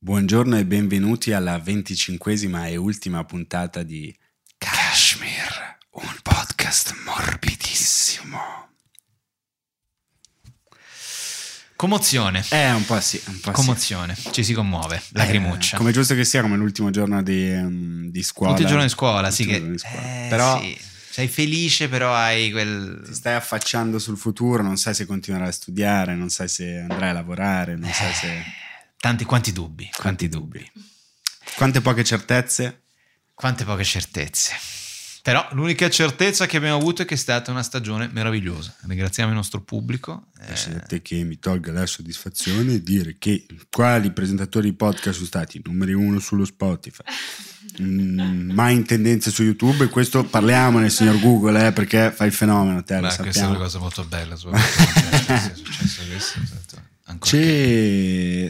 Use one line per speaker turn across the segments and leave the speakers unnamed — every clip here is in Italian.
Buongiorno e benvenuti alla venticinquesima e ultima puntata di Kashmir, un podcast morbidissimo.
Commozione.
Eh, un po' sì, un po'
Commozione. Ci si commuove.
sì.
Lacrimuccia.
Eh, come giusto che sia, come l'ultimo giorno di, ehm, di scuola.
Tutti i giorni di scuola, sì.
Tutti i
Che...
giorni di scuola.
eh,
Però
sì. Sei felice, però hai quel...
ti stai affacciando sul futuro, non sai se continuerai a studiare, non sai se andrai a lavorare, non sai se...
Tanti, quanti dubbi. Eh, Quanti
dubbi.
dubbi.
Quante poche certezze.
Quante poche certezze. Però l'unica certezza che abbiamo avuto è che è stata una stagione meravigliosa. Ringraziamo il nostro pubblico. eh,
Lasciate che mi tolga la soddisfazione di dire che quali presentatori di podcast sono stati numeri uno sullo Spotify, mm, mai in tendenza su YouTube. E questo parliamone, signor Google, eh, perché fa il fenomeno, te lo
beh, questa è una
sappiamo.
cosa molto bella. soprattutto, se è successo questo, è stato ancora che-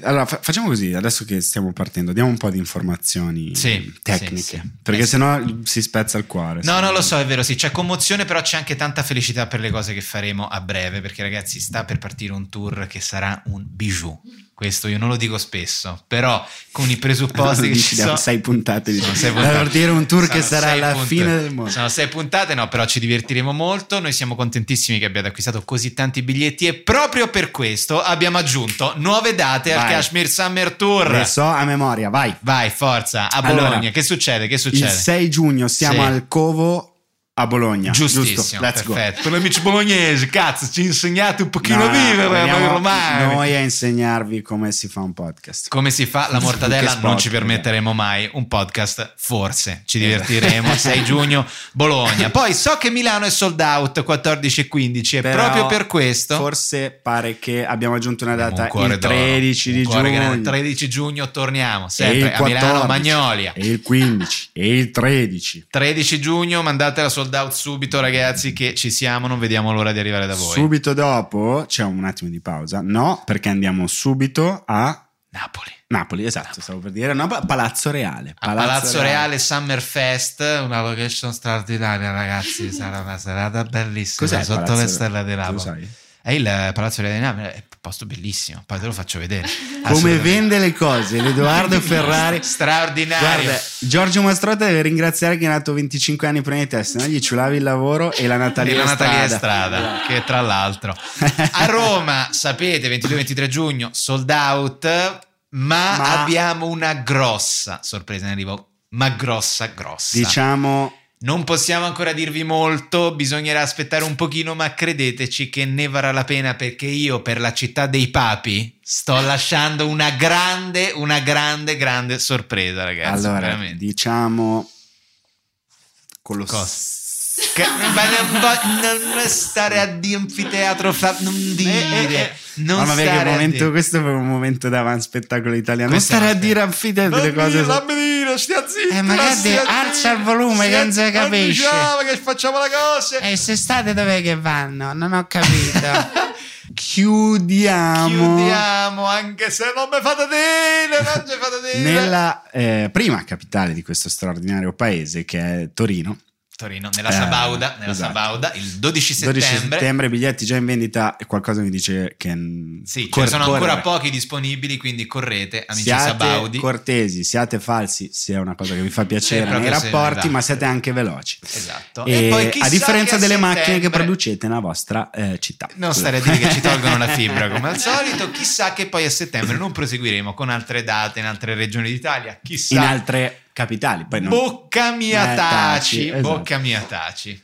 C'è- Allora, fa- facciamo così, adesso che stiamo partendo, diamo un po' di informazioni
Sì,
tecniche,
sì, sì.
perché
Eh,
sennò si spezza il cuore.
No, no, lo so, è vero, sì, c'è commozione, però c'è anche tanta felicità per le cose che faremo a breve, perché ragazzi sta per partire un tour che sarà un bijou. Questo io non lo dico spesso, però con i presupposti che
Dici,
ci
abbiamo
sono...
sei puntate di
sono sei puntate.
Da partire un tour che
Sono
sarà
sei
la
puntate.
fine del mondo.
Sono sei puntate, no, però ci divertiremo molto. Noi siamo contentissimi che abbiate acquistato così tanti biglietti e proprio per questo abbiamo aggiunto nuove date al
Vai.
Kashmir Summer Tour.
Le so a memoria, vai.
Vai, forza, a Bologna.
Allora,
che succede? Che
Il
succede?
6 giugno siamo
Sì.
al Covo a Bologna.
Giustissimo,
Giusto. Let's go.
perfetto. Per l'amici bolognesi, cazzo, ci insegnate un pochino
No,
a vivere,
veniamo
noi romani.
noi a insegnarvi come si fa un podcast.
Come si fa la mortadella?
Che spot,
non ci permetteremo mai un podcast, forse
Eh.
ci divertiremo. 6 giugno, Bologna. Poi so che Milano è sold out 14 e 15 e
Però
proprio per questo.
Forse pare che abbiamo aggiunto una
abbiamo un
data
cuore
il
d'oro,
13
un
di
cuore
giugno.
grande. 13 giugno torniamo,
e il
sempre a
14,
Milano Magnolia.
E il 15 e il 13.
13 giugno, mandatela sold out subito ragazzi che ci siamo, non vediamo l'ora di arrivare da voi.
Subito dopo c'è un attimo di pausa. No, perché andiamo subito a
Napoli.
Napoli, esatto, stavo per dire, no, pa- Palazzo Reale.
A Palazzo, Reale. Summer Fest, una location straordinaria, ragazzi. Sarà una serata bellissima.
Cos'è
sotto
Palazzo
le stelle di Ah,
Reale? Tu lo
Napoli.
sai?
È il Palazzo Reale di Napoli, è un posto bellissimo. Poi te lo faccio vedere.
Come
Assolutamente.
vende le cose, l'Edoardo Ferrari.
straordinario.
Guarda, Giorgio Mastrotta deve ringraziare che è nato 25 anni prima di te, se no gli ciulavi il lavoro e la
Di
Natalia Strada.
Natalia Estrada, che tra l'altro a Roma, sapete, 22-23 giugno, sold out, ma,
Ma-
abbiamo una grossa sorpresa in arrivo, ma grossa, grossa.
Diciamo
Non possiamo ancora dirvi molto, bisognerà aspettare un pochino, ma credeteci che ne varrà la pena perché io per la città dei papi sto lasciando una grande, una grande, grande sorpresa, ragazzi.
allora,
veramente.
diciamo con lo
Cosa?
s-
Che- ma non, vo- non stare a di anfiteatro, fra- non
Eh, eh, eh.
dire, non
Mamma mia, che
stare a
momento,
dire.
questo è un momento davanti spettacolo italiano. Non
Questo
stare a
è un
dire affidate delle cose.
dire, stia zitto.
Eh, magari alza il volume, che non si capisce.
diciamo
Eh,
che facciamo le cose.
E se state dov'è che vanno? Non ho capito. Chiudiamo.
Chiudiamo anche se non mi fate dire, non ci fate dire.
Nella eh, prima capitale di questo straordinario paese che è Torino,
Torino, nella
Eh,
Sabauda, nella
esatto.
Sabauda, il 12 settembre.
12 settembre. biglietti già in vendita e qualcosa mi dice che mm,
Sì, ce
cor-
ne sono ancora
correre.
pochi disponibili, quindi correte, amici
siate
Sabaudi.
cortesi, siate falsi, se è una cosa che vi fa piacere nei
proprio se-
rapporti, ma
esatto.
siete anche veloci.
esatto.
E
chissà
a differenza
che a
delle macchine che
settembre-
producete nella vostra eh, città.
Non stare a dire che ci tolgono la fibra come al solito. Chissà che poi a settembre non proseguiremo con altre date in altre regioni d'Italia. Chissà.
In altre capitali, poi non...
Bocca mia
Eh,
taci,
taci, esatto.
bocca mia taci.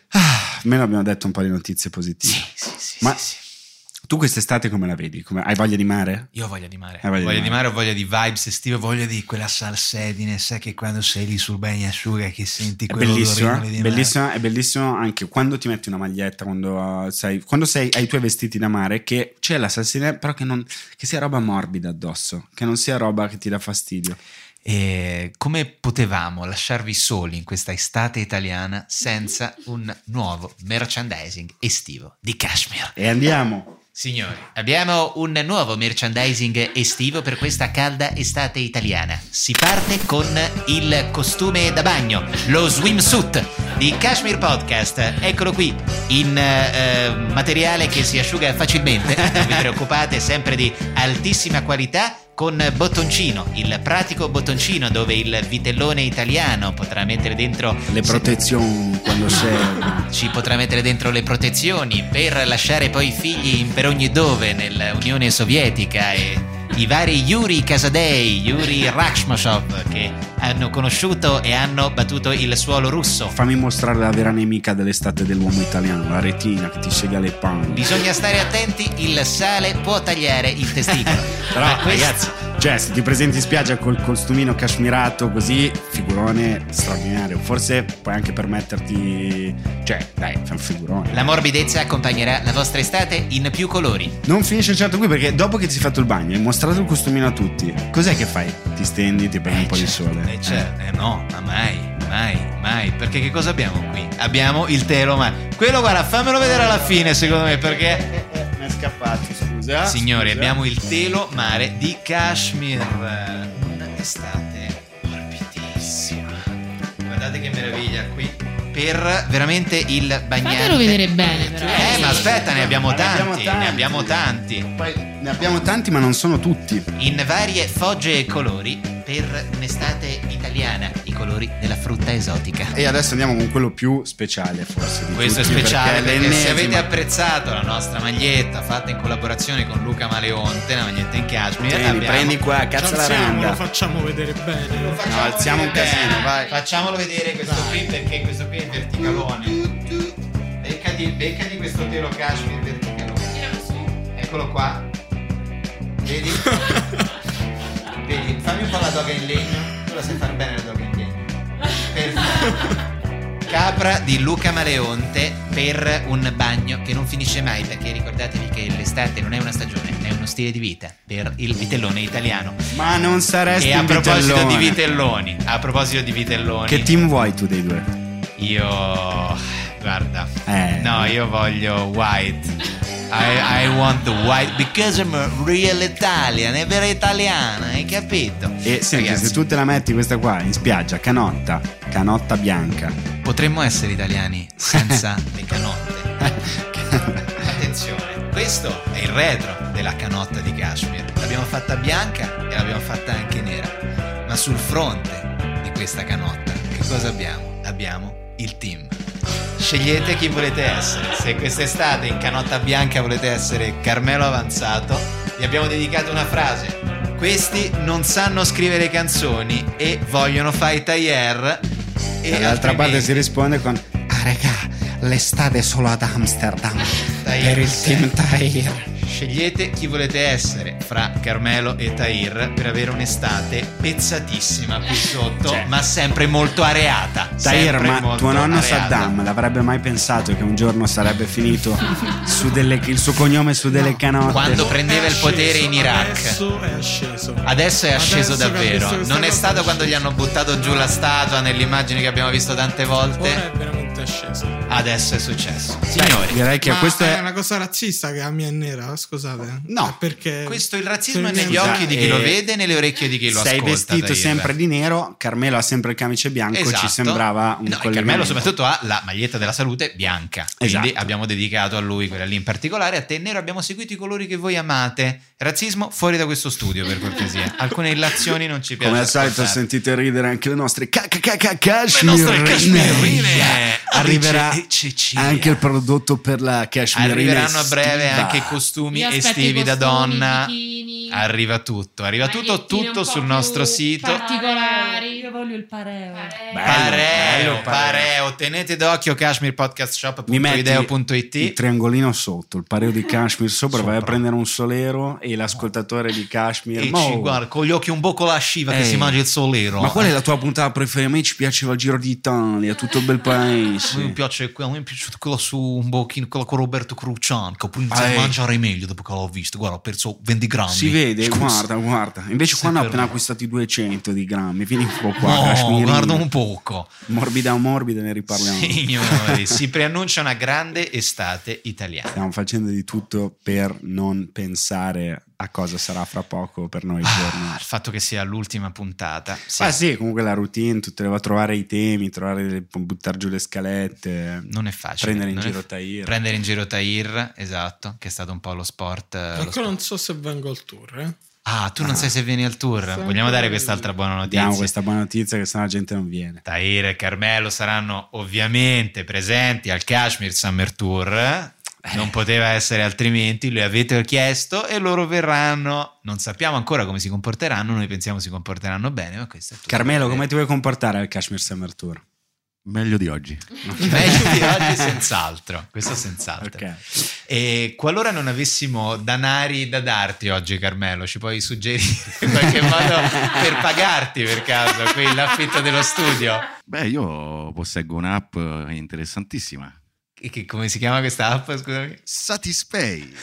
almeno abbiamo detto un po' di notizie positive.
Sì, sì, sì,
Ma-
sì, sì.
Tu quest'estate come la vedi? Come- Hai voglia di mare?
Io ho voglia di mare,
Hai voglia di
voglia di
mare.
mare, ho voglia di vibes estive, ho voglia di quella salsedine, sai che quando sei lì sul bagnasciuga che senti
È
quell'odorino
bellissimo,
di
eh?
mare.
Bellissimo, è bellissimo anche quando ti metti una maglietta, quando, eh, sei, quando sei, hai i tuoi vestiti da mare, che c'è la salsina, però che, non, che sia roba morbida addosso, che non sia roba che ti dà fastidio.
E come potevamo lasciarvi soli in questa estate italiana senza un nuovo merchandising estivo di Kashmir?
E andiamo.
Signori, abbiamo un nuovo merchandising estivo per questa calda estate italiana. Si parte con il costume da bagno, lo swimsuit di Kashmir Podcast. Eccolo qui, in eh, eh, materiale che si asciuga facilmente. Non vi preoccupate, sempre di altissima qualità con bottoncino, il pratico bottoncino dove il vitellone italiano potrà mettere dentro
Le
se-
protezioni quando servono.
ci potrà mettere dentro le protezioni per lasciare poi i figli in per ogni dove nell'Unione Sovietica e i vari Yuri Casadei, Yuri Rakhmashov che hanno conosciuto e hanno battuto il suolo russo.
Fammi mostrare la vera nemica dell'estate dell'uomo italiano, la retina che ti sega le panne.
Bisogna stare attenti, il sale può tagliare il testicolo.
Eh, Però,
Eh, Ma questo-
ragazzi, cioè, se ti presenti in spiaggia col costumino cashmirato così, figurone straordinario. Forse puoi anche permetterti. Cioè, dai, fai un figurone.
La morbidezza accompagnerà la vostra estate in più colori.
Non finisce certo qui perché dopo che ti sei fatto il bagno e hai mostrato il costumino a tutti, cos'è che fai? Ti stendi, ti prendi un po' di sole.
Eh, certo, eh, no, ma mai, mai, mai. Perché che cosa abbiamo qui? Abbiamo il telo, ma quello guarda, fammelo vedere alla fine, secondo me, perché
Eh, Mi è scappato, scusa.
Signori, abbiamo il telo mare di Kashmir. Un'estate morbidissima. Guardate che meraviglia qui. Per veramente il bagnante.
Fatelo vedere bene, però.
Eh, ma aspetta, ne abbiamo
Ma ne
tanti,
abbiamo
ne
tanti.
abbiamo tanti.
Poi ne abbiamo tanti, ma non sono tutti.
In varie fogge e colori per un'estate italiana, i colori della frutta esotica.
E adesso andiamo con quello più speciale, forse. di
Questo è
tutti,
speciale
perché è
perché se avete
l'ennesima.
apprezzato la nostra maglietta fatta in collaborazione con Luca Maleonte, la maglietta in cashmere,
Prendi,
abbiamo-
prendi qua,
Ci
cazzo la
alziamo, lo
randa.
facciamo vedere bene.
Facciamolo
alziamo un
vedere
casino,
bene.
vai.
Facciamolo vedere questo qui perché questo qui è verticalone. Beccati, beccati questo telo cashmere verticalone. Eccolo qua. Vedi? Vedi, fammi un po' la doga in legno. Tu la sai far bene la doga in legno. Perfetto. Capra di Luca Maleonte per un bagno che non finisce mai perché ricordatevi che l'estate non è una stagione, è uno stile di vita per il vitellone italiano.
Ma non saresti
E a
un
proposito
vitellone.
di vitelloni, a proposito di vitelloni,
Che team vuoi tu dei due?
io guarda,
Eh.
no, io voglio white. I, I want the white because I'm a real Italian, è vera italiana, hai capito?
E senti,
Ragazzi,
se tu te la metti questa qua in spiaggia, canotta, canotta bianca.
potremmo essere italiani senza le canotte. Attenzione, questo è il retro della canotta di Kashmir. L'abbiamo fatta bianca e l'abbiamo fatta anche nera. Ma sul fronte di questa canotta, che cosa abbiamo? Abbiamo il team. Scegliete chi volete essere. Se quest'estate in canotta bianca volete essere Carmelo Avanzato, vi abbiamo dedicato una frase. Questi non sanno scrivere canzoni e vogliono fare i taglier. E
Dall'altra parte
altrimenti-
si risponde con Ah raga, l'estate è solo ad Amsterdam
Tahir.
per il team Tahir.
Scegliete chi volete essere fra Carmelo e Tahir per avere un'estate pezzatissima
Eh,
qui sotto,
certo.
Cioè.
ma sempre molto areata.
Tahir,
sempre
ma
molto
tuo nonno
areata.
Saddam l'avrebbe mai pensato che un giorno sarebbe finito su delle, il suo cognome su delle
No,
canotte?
quando pre- Prendeva
È
il potere in Iraq.
Adesso è asceso.
Adesso è asceso
Adesso che ha visto
davvero.
questa
Non è
cosa,
stato
è
quando gli
asceso.
hanno buttato giù la statua nell'immagine che abbiamo visto tante
Ora è
volte.
veramente asceso.
Adesso è successo. Signori,
Direi che
Ma
questo
è...
è...
una cosa razzista che a mia è nera, scusate.
No,
È perché
questo il razzismo è
Perché-
negli
Scusa,
occhi di chi lo
eh,
vede e nelle orecchie di chi lo
Sei
ascolta.
vestito
Tahir.
sempre di nero, Carmelo ha sempre il camice bianco, ci sembrava un
Esatto. No, e Carmelo
collegamento.
soprattutto ha la maglietta della salute bianca, quindi
Esatto.
abbiamo dedicato a lui quella lì in particolare, a te nero abbiamo seguito i colori che voi amate. Razzismo fuori da questo studio per cortesia. Alcune illazioni non ci piacciono.
Come al solito sentite ridere anche le nostre
nostre
cashmere
cashmerine.
Arriverà
Ah, dice- dice-
anche il prodotto per la cashmere
Arriveranno a breve anche costumi
Io aspetto
estivi
i
da
costumi,
donna.
i bikini.
Arriva tutto, arriva tutto,
Magliettine
tutto
un
sul
po'
nostro
più
sito.
particolari.
Io voglio il pareo.
Eh,
Bello,
Pareo,
bello,
pareo, tenete d'occhio
mi metti
kashmirpodcastshop.ideo.it
il triangolino sotto, il pareo di Kashmir sopra, vai a
Sopra.
prendere un solero e l'ascoltatore di Kashmir
e
ma
ci
oh,
guarda con gli occhi un po' con la sciva che
Eh.
si mangia il solero.
Ma qual è la tua puntata preferita? A me ci piaceva il Giro d'Italia, tutto il bel
A me
paese.
piace que- a me è piaciuta quella su un pochino, quella con Roberto Crucian, che ho iniziato
Ah, eh.
a mangiare meglio dopo che l'ho visto. Guarda, ho perso 20 grammi.
Si vede,
Scusa.
guarda, guarda. Invece
Se
qua ne ho
per-
appena acquistati 200 di grammi, vieni un po' qua,
No,
Kashmirina.
guarda un poco.
Morbida o morbida ne riparliamo.
Signori, si preannuncia una grande estate italiana.
Stiamo facendo di tutto per non pensare a cosa sarà fra poco per noi il giorno.
Ah, il fatto che sia l'ultima puntata. Sì.
Ma Ah, sì, comunque la routine, tutte le, trovare i temi, trovare delle- buttare giù le scalette.
Non è facile.
Prendere in
non è
giro
fa-
Tahir.
Prendere in giro Tahir, esatto, che è stato un po' lo sport. eh, lo
Ancora
sport.
non so se vengo al tour, eh.
Ah, tu non sai se vieni al tour.
Sempre
Vogliamo dare
lì.
quest'altra buona notizia?
Diamo questa buona notizia che sennò la gente non viene.
Tahir e Carmelo saranno ovviamente presenti al Kashmir Summer Tour.
Eh.
Non poteva essere altrimenti, lo avete chiesto e loro verranno. Non sappiamo ancora come si comporteranno, noi pensiamo si comporteranno bene, ma questo è tutto.
Carmelo, come ti vuoi comportare al Kashmir Summer Tour?
Meglio di oggi.
Meglio di oggi senz'altro, questo senz'altro.
Perché?
E qualora non avessimo danari da darti oggi, Carmelo, ci puoi suggerire in qualche modo per pagarti per caso qui l'affitto dello studio?
Beh, io posseggo un'app eh, interessantissima.
E che- come si chiama questa app? Scusami.
Satispay.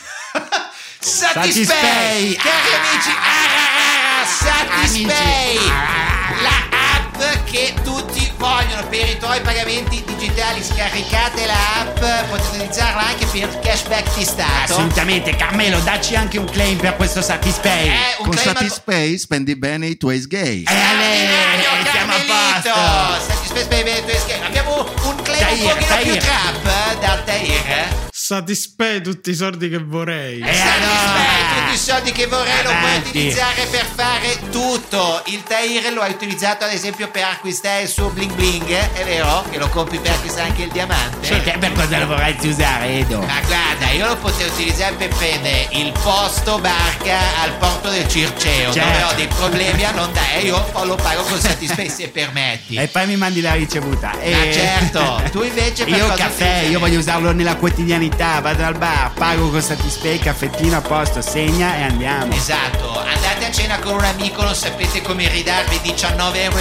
Satispay,
Satispay.
cari amici, ah, ah, ah, Satispay, la app che tutti vogliono per i tuoi pagamenti digitali. Scaricate la app, potete utilizzarla anche per il cashback di Stato.
Assolutamente, Carmelo, dacci anche un claim per questo Satispay.
È un
Con
claim al-
Satispay spendi bene i tuoi sgay.
Eh, Ale,
Straordinario,
siamo a
Carmelito!
posto.
Satispay per i tuoi scherzi. Abbiamo un claim un
Tahir,
pochino più
Tahir.
trap eh, dal Tahir. eh?
Satispay tutti i soldi che vorrei.
Eh,
Satispay,
allora.
tutti i soldi che vorrei lo puoi
Avanti.
utilizzare per fare tutto. Il Tahir lo hai utilizzato ad esempio per acquistare il suo bling bling, eh? è vero? Che lo compri per acquistare anche il diamante.
E te per cosa lo vorresti usare, Edo?
Ma guarda, io lo potevo utilizzare per prendere il posto barca al porto del Circeo, dove
Certo.
ho dei problemi a non dare. Io lo pago con Satispay se permetti.
E poi mi mandi la ricevuta. Eh.
Ma Ah, certo, tu invece per
Io
cosa
caffè,
utilizzi?
io voglio usarlo nella quotidianità, vado al bar, pago con Satispay, caffettino a posto, segna e andiamo.
Esatto, andate a cena con un amico, non sapete come ridarvi 19,70 euro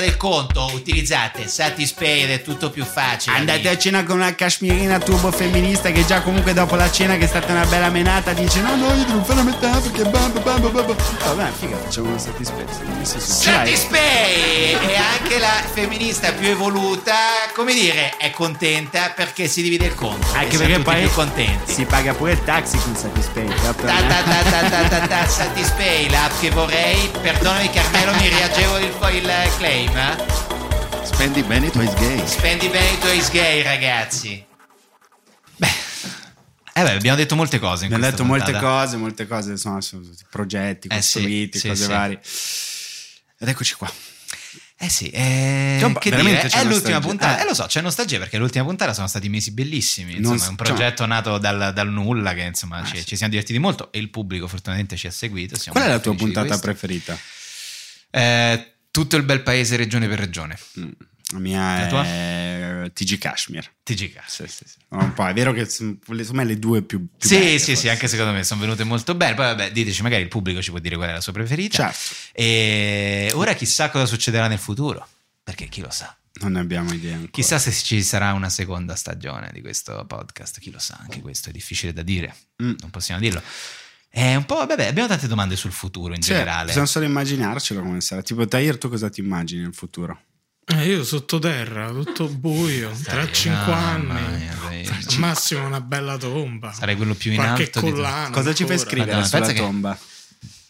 del conto, utilizzate Satispay ed è tutto più facile.
Andate a cena con una cashmirina turbo femminista che già comunque dopo la cena che è stata una bella menata dice no no io devo fare la metà perché bam bam bam bam bam. Vabbè figa facciamo una satisfazione. non si succede.
Satispay! E anche la femminista più evoluta, come dire, è contenta perché si divide il conto. e
Anche
siamo
perché
tutti
poi
più contenti.
si paga pure il taxi con Satispay. proprio,
Ta
eh.
ta ta ta ta ta ta, Satispay, l'app che vorrei. Perdonami Carmelo, mi riaggevo il, il claim. eh?
Spendi bene i tuoi sgay.
Spendi bene i tuoi sgay, ragazzi. Beh, eh beh, abbiamo detto molte cose. In
Mi hanno
questa
detto molte
puntata.
cose, molte cose, insomma, sono tutti progetti
Eh sì,
costruiti,
sì,
cose
sì.
varie. Ed eccoci qua.
Eh sì, eh,
Cioè,
che
veramente
dire,
c'è
è l'ultima
nostalgia.
puntata.
Eh.
Eh, lo so, c'è nostalgia perché l'ultima puntata sono stati mesi bellissimi.
Non
Insomma, è
s- cioè, Ah,
un progetto nato dal, dal nulla che insomma ci,
sì.
ci siamo divertiti molto e il pubblico fortunatamente ci ha seguito. siamo
Qual è la tua
felici di
puntata
questo.
preferita?
Eh, tutto il bel paese, regione per regione.
Mm, La mia eh,
La tua?
è TG Kashmir.
TGK.
Sì, sì, sì. Un po', è vero che sono secondo me le due più, più
Sì,
belle,
sì, sì,
forse.
anche secondo me sono venute molto bene. Poi vabbè, diteci, magari il pubblico ci può dire qual è la sua preferita.
Certo,
E ora chissà cosa succederà nel futuro, perché chi lo sa.
non ne abbiamo idea. ancora.
Chissà se ci sarà una seconda stagione di questo podcast, chi lo sa, anche questo è difficile da dire,
Mm.
non possiamo dirlo. È un po', vabbè, abbiamo tante domande sul futuro in
Cioè,
generale.
Bisogna solo immaginarcelo come sarà. Tipo, Tahir, tu cosa ti immagini nel futuro?
Eh, io sottoterra, tutto buio, tra
Dai,
5
mamma
anni.
mia, dai.
al Massimo una bella tomba.
Sarei quello più in
Qualche
alto di tutti.
collana.
cosa ci fai
Ah, ancora.
scrivere
Madonna,
sulla
pensa che-
tomba?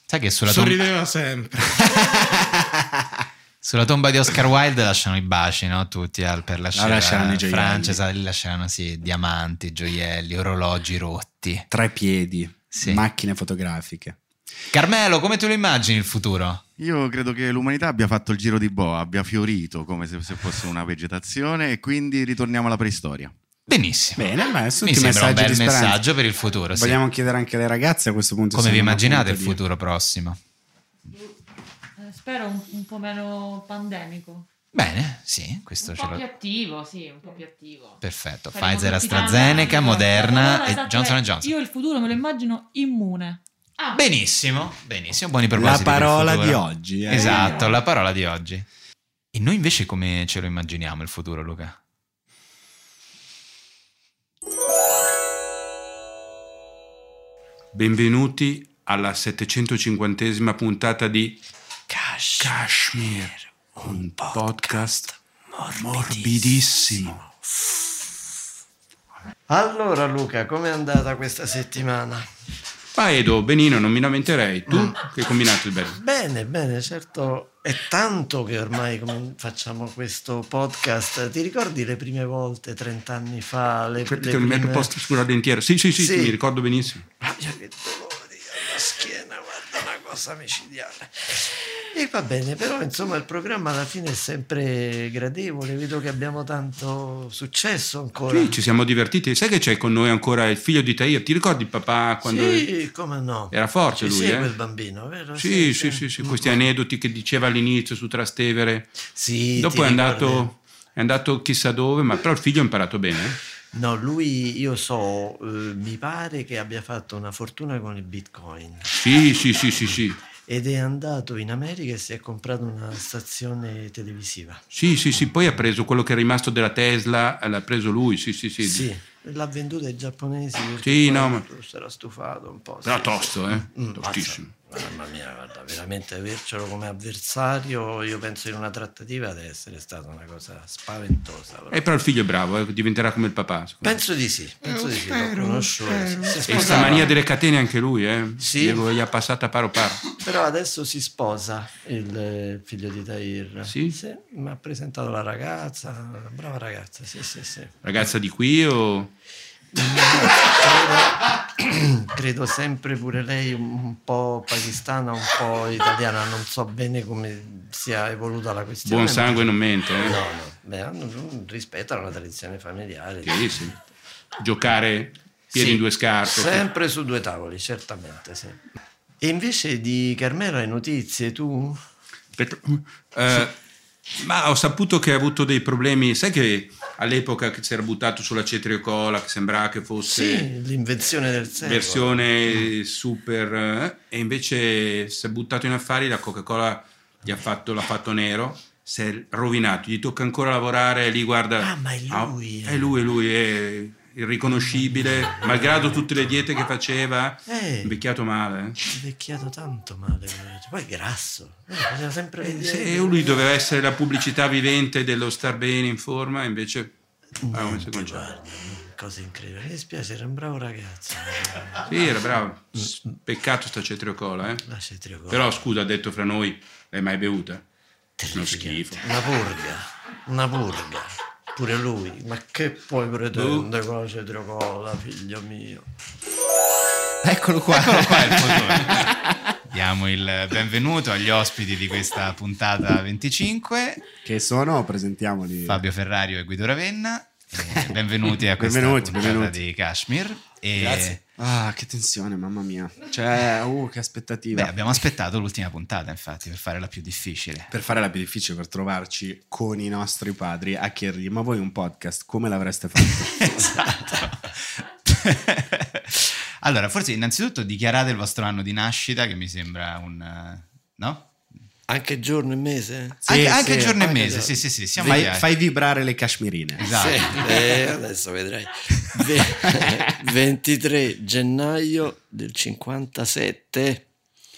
Sai che sulla tomba,
Sorrideva sempre.
sulla tomba di Oscar Wilde lasciano i baci, no? Tutti al, per la scena
lasceranno i gioielli.
Francia, sa- lì lasceranno sì, diamanti, gioielli, orologi rotti.
Tre piedi,
Sì.
macchine fotografiche.
Carmelo, come tu lo immagini il futuro?
Io credo che l'umanità abbia fatto il giro di boa, abbia fiorito come se, se fosse una vegetazione e quindi ritorniamo alla preistoria.
Benissimo.
Bene, ma sono
Mi
tutti
sembra un
messaggi di
bel
speranza.
messaggio per il futuro. sì.
Vogliamo chiedere anche alle ragazze a questo punto.
Come
se
vi
hanno
immaginate il
appunto di-
futuro prossimo?
Eh, Spero un, un po' meno pandemico.
Bene, sì, questo
Un
ce
po' più
lo...
attivo, sì, un po' più attivo.
Perfetto,
Faremo
Pfizer,
tutti
AstraZeneca,
tanti.
Moderna
Allora,
e
esatto,
Johnson
eh,
Johnson.
Io il futuro me lo immagino immune.
Ah,
Benissimo, benissimo, buoni
La
propositi per il
parola di
futuro.
oggi. eh.
Esatto, la parola di oggi. E noi invece come ce lo immaginiamo il futuro, Luca?
Benvenuti alla 750esima puntata di Kashmir, un podcast morbidissimo.
Allora Luca, com'è andata questa settimana?
Ma Edo, benino, non mi lamenterei. Tu che hai combinato il bello?
Bene, bene, certo, è tanto che ormai come facciamo questo podcast. Ti ricordi le prime volte, 30 anni fa? Le,
Aspetta
le
che mi
prime- Ah,
metto posto sulla dentiera. Sì, sì, sì,
Sì.
mi ricordo benissimo.
Oddio, che dolori alla schiena, guarda una cosa. cosa micidiale. E va bene, però insomma il programma alla fine è sempre gradevole, vedo che abbiamo tanto successo ancora.
Sì, ci siamo divertiti. Sai che c'è con noi ancora il figlio di Tahir? Ti ricordi papà quando
Sì, Ah, come no.
era forte
Ci
lui?
segue
eh?
il bambino, vero?
Sì, sì, sì, sì, questi aneddoti che diceva all'inizio su Trastevere.
Sì, ti
Dopo è
ricordi?
andato, è andato chissà dove, ma però il figlio ha imparato bene. eh?
No, lui io so, eh, mi pare che abbia fatto una fortuna con il bitcoin
Sì, sì, sì, sì, sì.
ed è andato in America e si è comprato una stazione televisiva.
Sì, sì, sì, poi ha preso quello che è rimasto della Tesla, l'ha preso lui, sì, sì, sì.
Sì, l'ha venduta ai giapponesi perché
Sì,
poi
no, ma-
s'era stufato un po'.
Però
sì.
tosto, eh?
Mm,
Tostissimo.
mazza, Mamma mia, guarda, veramente avercelo come avversario, io penso in una trattativa deve essere stata una cosa spaventosa. proprio.
Eh, però il figlio è bravo, eh, diventerà come il papà. secondo me.
Penso di sì, penso
un
di sì,
ferro,
l'ho
un
conosciuto.
ferro.
Si
E questa
sposava.
mania delle catene anche lui, eh?
Sì.
Diego gli ha passata paro paro.
Però adesso si sposa il eh, figlio di Tahir.
Sì?
mi ha presentato la ragazza, una brava ragazza, sì, sì, sì.
Ragazza di qui o...
Credo sempre pure lei un po' pakistana, un po' italiana, non so bene come sia evoluta la questione.
Buon
ma-
sangue non mente, eh?
No, no, beh, hanno- rispettano la tradizione familiare.
Sì, sì. Giocare piedi
Sì,
in due scarpe.
Sempre su due tavoli, certamente, sì. E invece di Carmela hai notizie tu?
Petro- eh, ma ho saputo che ha avuto dei problemi. Sai che all'epoca che si era buttato sulla cetriocola, che sembrava che fosse
Sì, l'invenzione del secolo.
versione super, eh, e invece si è buttato in affari. La Coca-Cola gli ha fatto, l'ha fatto nero. Si è rovinato, gli tocca ancora lavorare lì. Guarda,
Ah, ma è
Ah,
lui, eh.
è lui, lui è irriconoscibile, malgrado tutte le diete che faceva,
Eh.
invecchiato male. eh.
invecchiato tanto male, veramente. poi è grasso, Eh, faceva sempre
Eh,
vedere.
Se lui doveva essere la pubblicità vivente dello star bene in forma, invece. Ah, come si
Niente,
comincia?
guarda, cosa incredibile. Mi dispiace, era un bravo ragazzo.
Sì, era bravo. S- Peccato sta cetriocola, eh.
La cetricola.
Però scusa, ha detto fra noi, l'hai mai bevuta? No, schifo.
una purga, una purga. Pure lui, ma che puoi pretendere
Boh.
con la cetricola, figlio mio?
Eccolo qua.
Eccolo qua il fotone. Diamo il benvenuto agli ospiti di questa puntata 25,
Che sono, presentiamoli.
Fabio Ferrario e Guido Ravenna. Eh, Benvenuti a questa
Benvenuti,
puntata
benvenuti.
di Kashmir. E
Grazie. Ah, che tensione, mamma mia. Cioè, uh, che
beh,
aspettativa.
abbiamo aspettato l'ultima puntata, infatti, per fare la più difficile.
Per fare la più difficile, per trovarci con i nostri padri a chiedergli, ma voi un podcast come l'avreste fatto?
esatto. allora, forse innanzitutto dichiarate il vostro anno di nascita, che mi sembra un... eh, No?
Anche giorno e mese?
Sì,
anche anche
sì,
giorno e
anche
mese,
giorno.
sì, sì, sì, siamo agli-
Fai, fai vibrare le cashmirine.
Esatto.
Sì, eh, adesso vedrai. Ve- 23 gennaio del 57.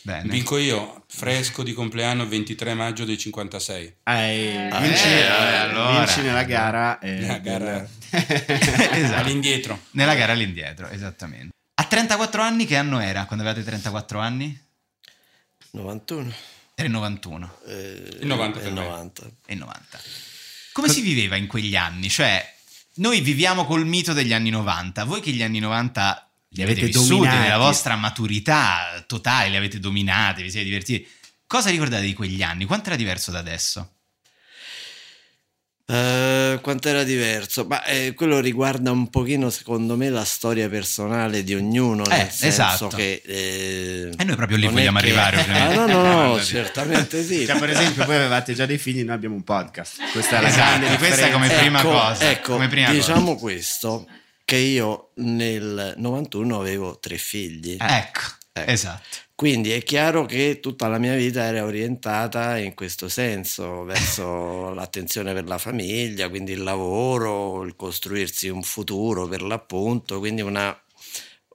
Bene.
Dico io, fresco di compleanno 23 maggio del 56.
Eh,
Eh,
vinci,
eh, allora.
vinci nella gara. eh,
Nella gara.
Esatto.
All'indietro.
Nella gara all'indietro, esattamente. A 34 anni, che anno era quando avevate 34 anni?
91
Era il 91
eh,
Il 90 per
il
me.
90.
e il 90. Come si viveva in quegli anni? Cioè, noi viviamo col mito degli anni 90, voi che gli anni 90 li
Li
avete,
avete
vissuti
dominati.
nella vostra maturità totale, li avete dominati, vi siete divertiti. Cosa ricordate di quegli anni? Quanto era diverso da adesso?
Eh, quanto era diverso, ma eh, quello riguarda un pochino secondo me la storia personale di ognuno,
Eh,
nel senso
esatto.
che... eh,
E noi proprio lì
non è
vogliamo
che-
arrivare,
Ah,
ovviamente.
no, no, no,
Guardate.
certamente sì.
Cioè, per esempio, voi avevate già dei figli, noi abbiamo un podcast. Questa è la
Esatto,
grande
questa è
differenza.
come prima
Ecco,
cosa.
ecco,
come prima cosa.
diciamo questo, che io nel 91 avevo tre figli.
Ecco,
Ecco.
esatto.
Quindi è chiaro che tutta la mia vita era orientata in questo senso, verso l'attenzione per la famiglia, quindi il lavoro, il costruirsi un futuro per l'appunto, quindi un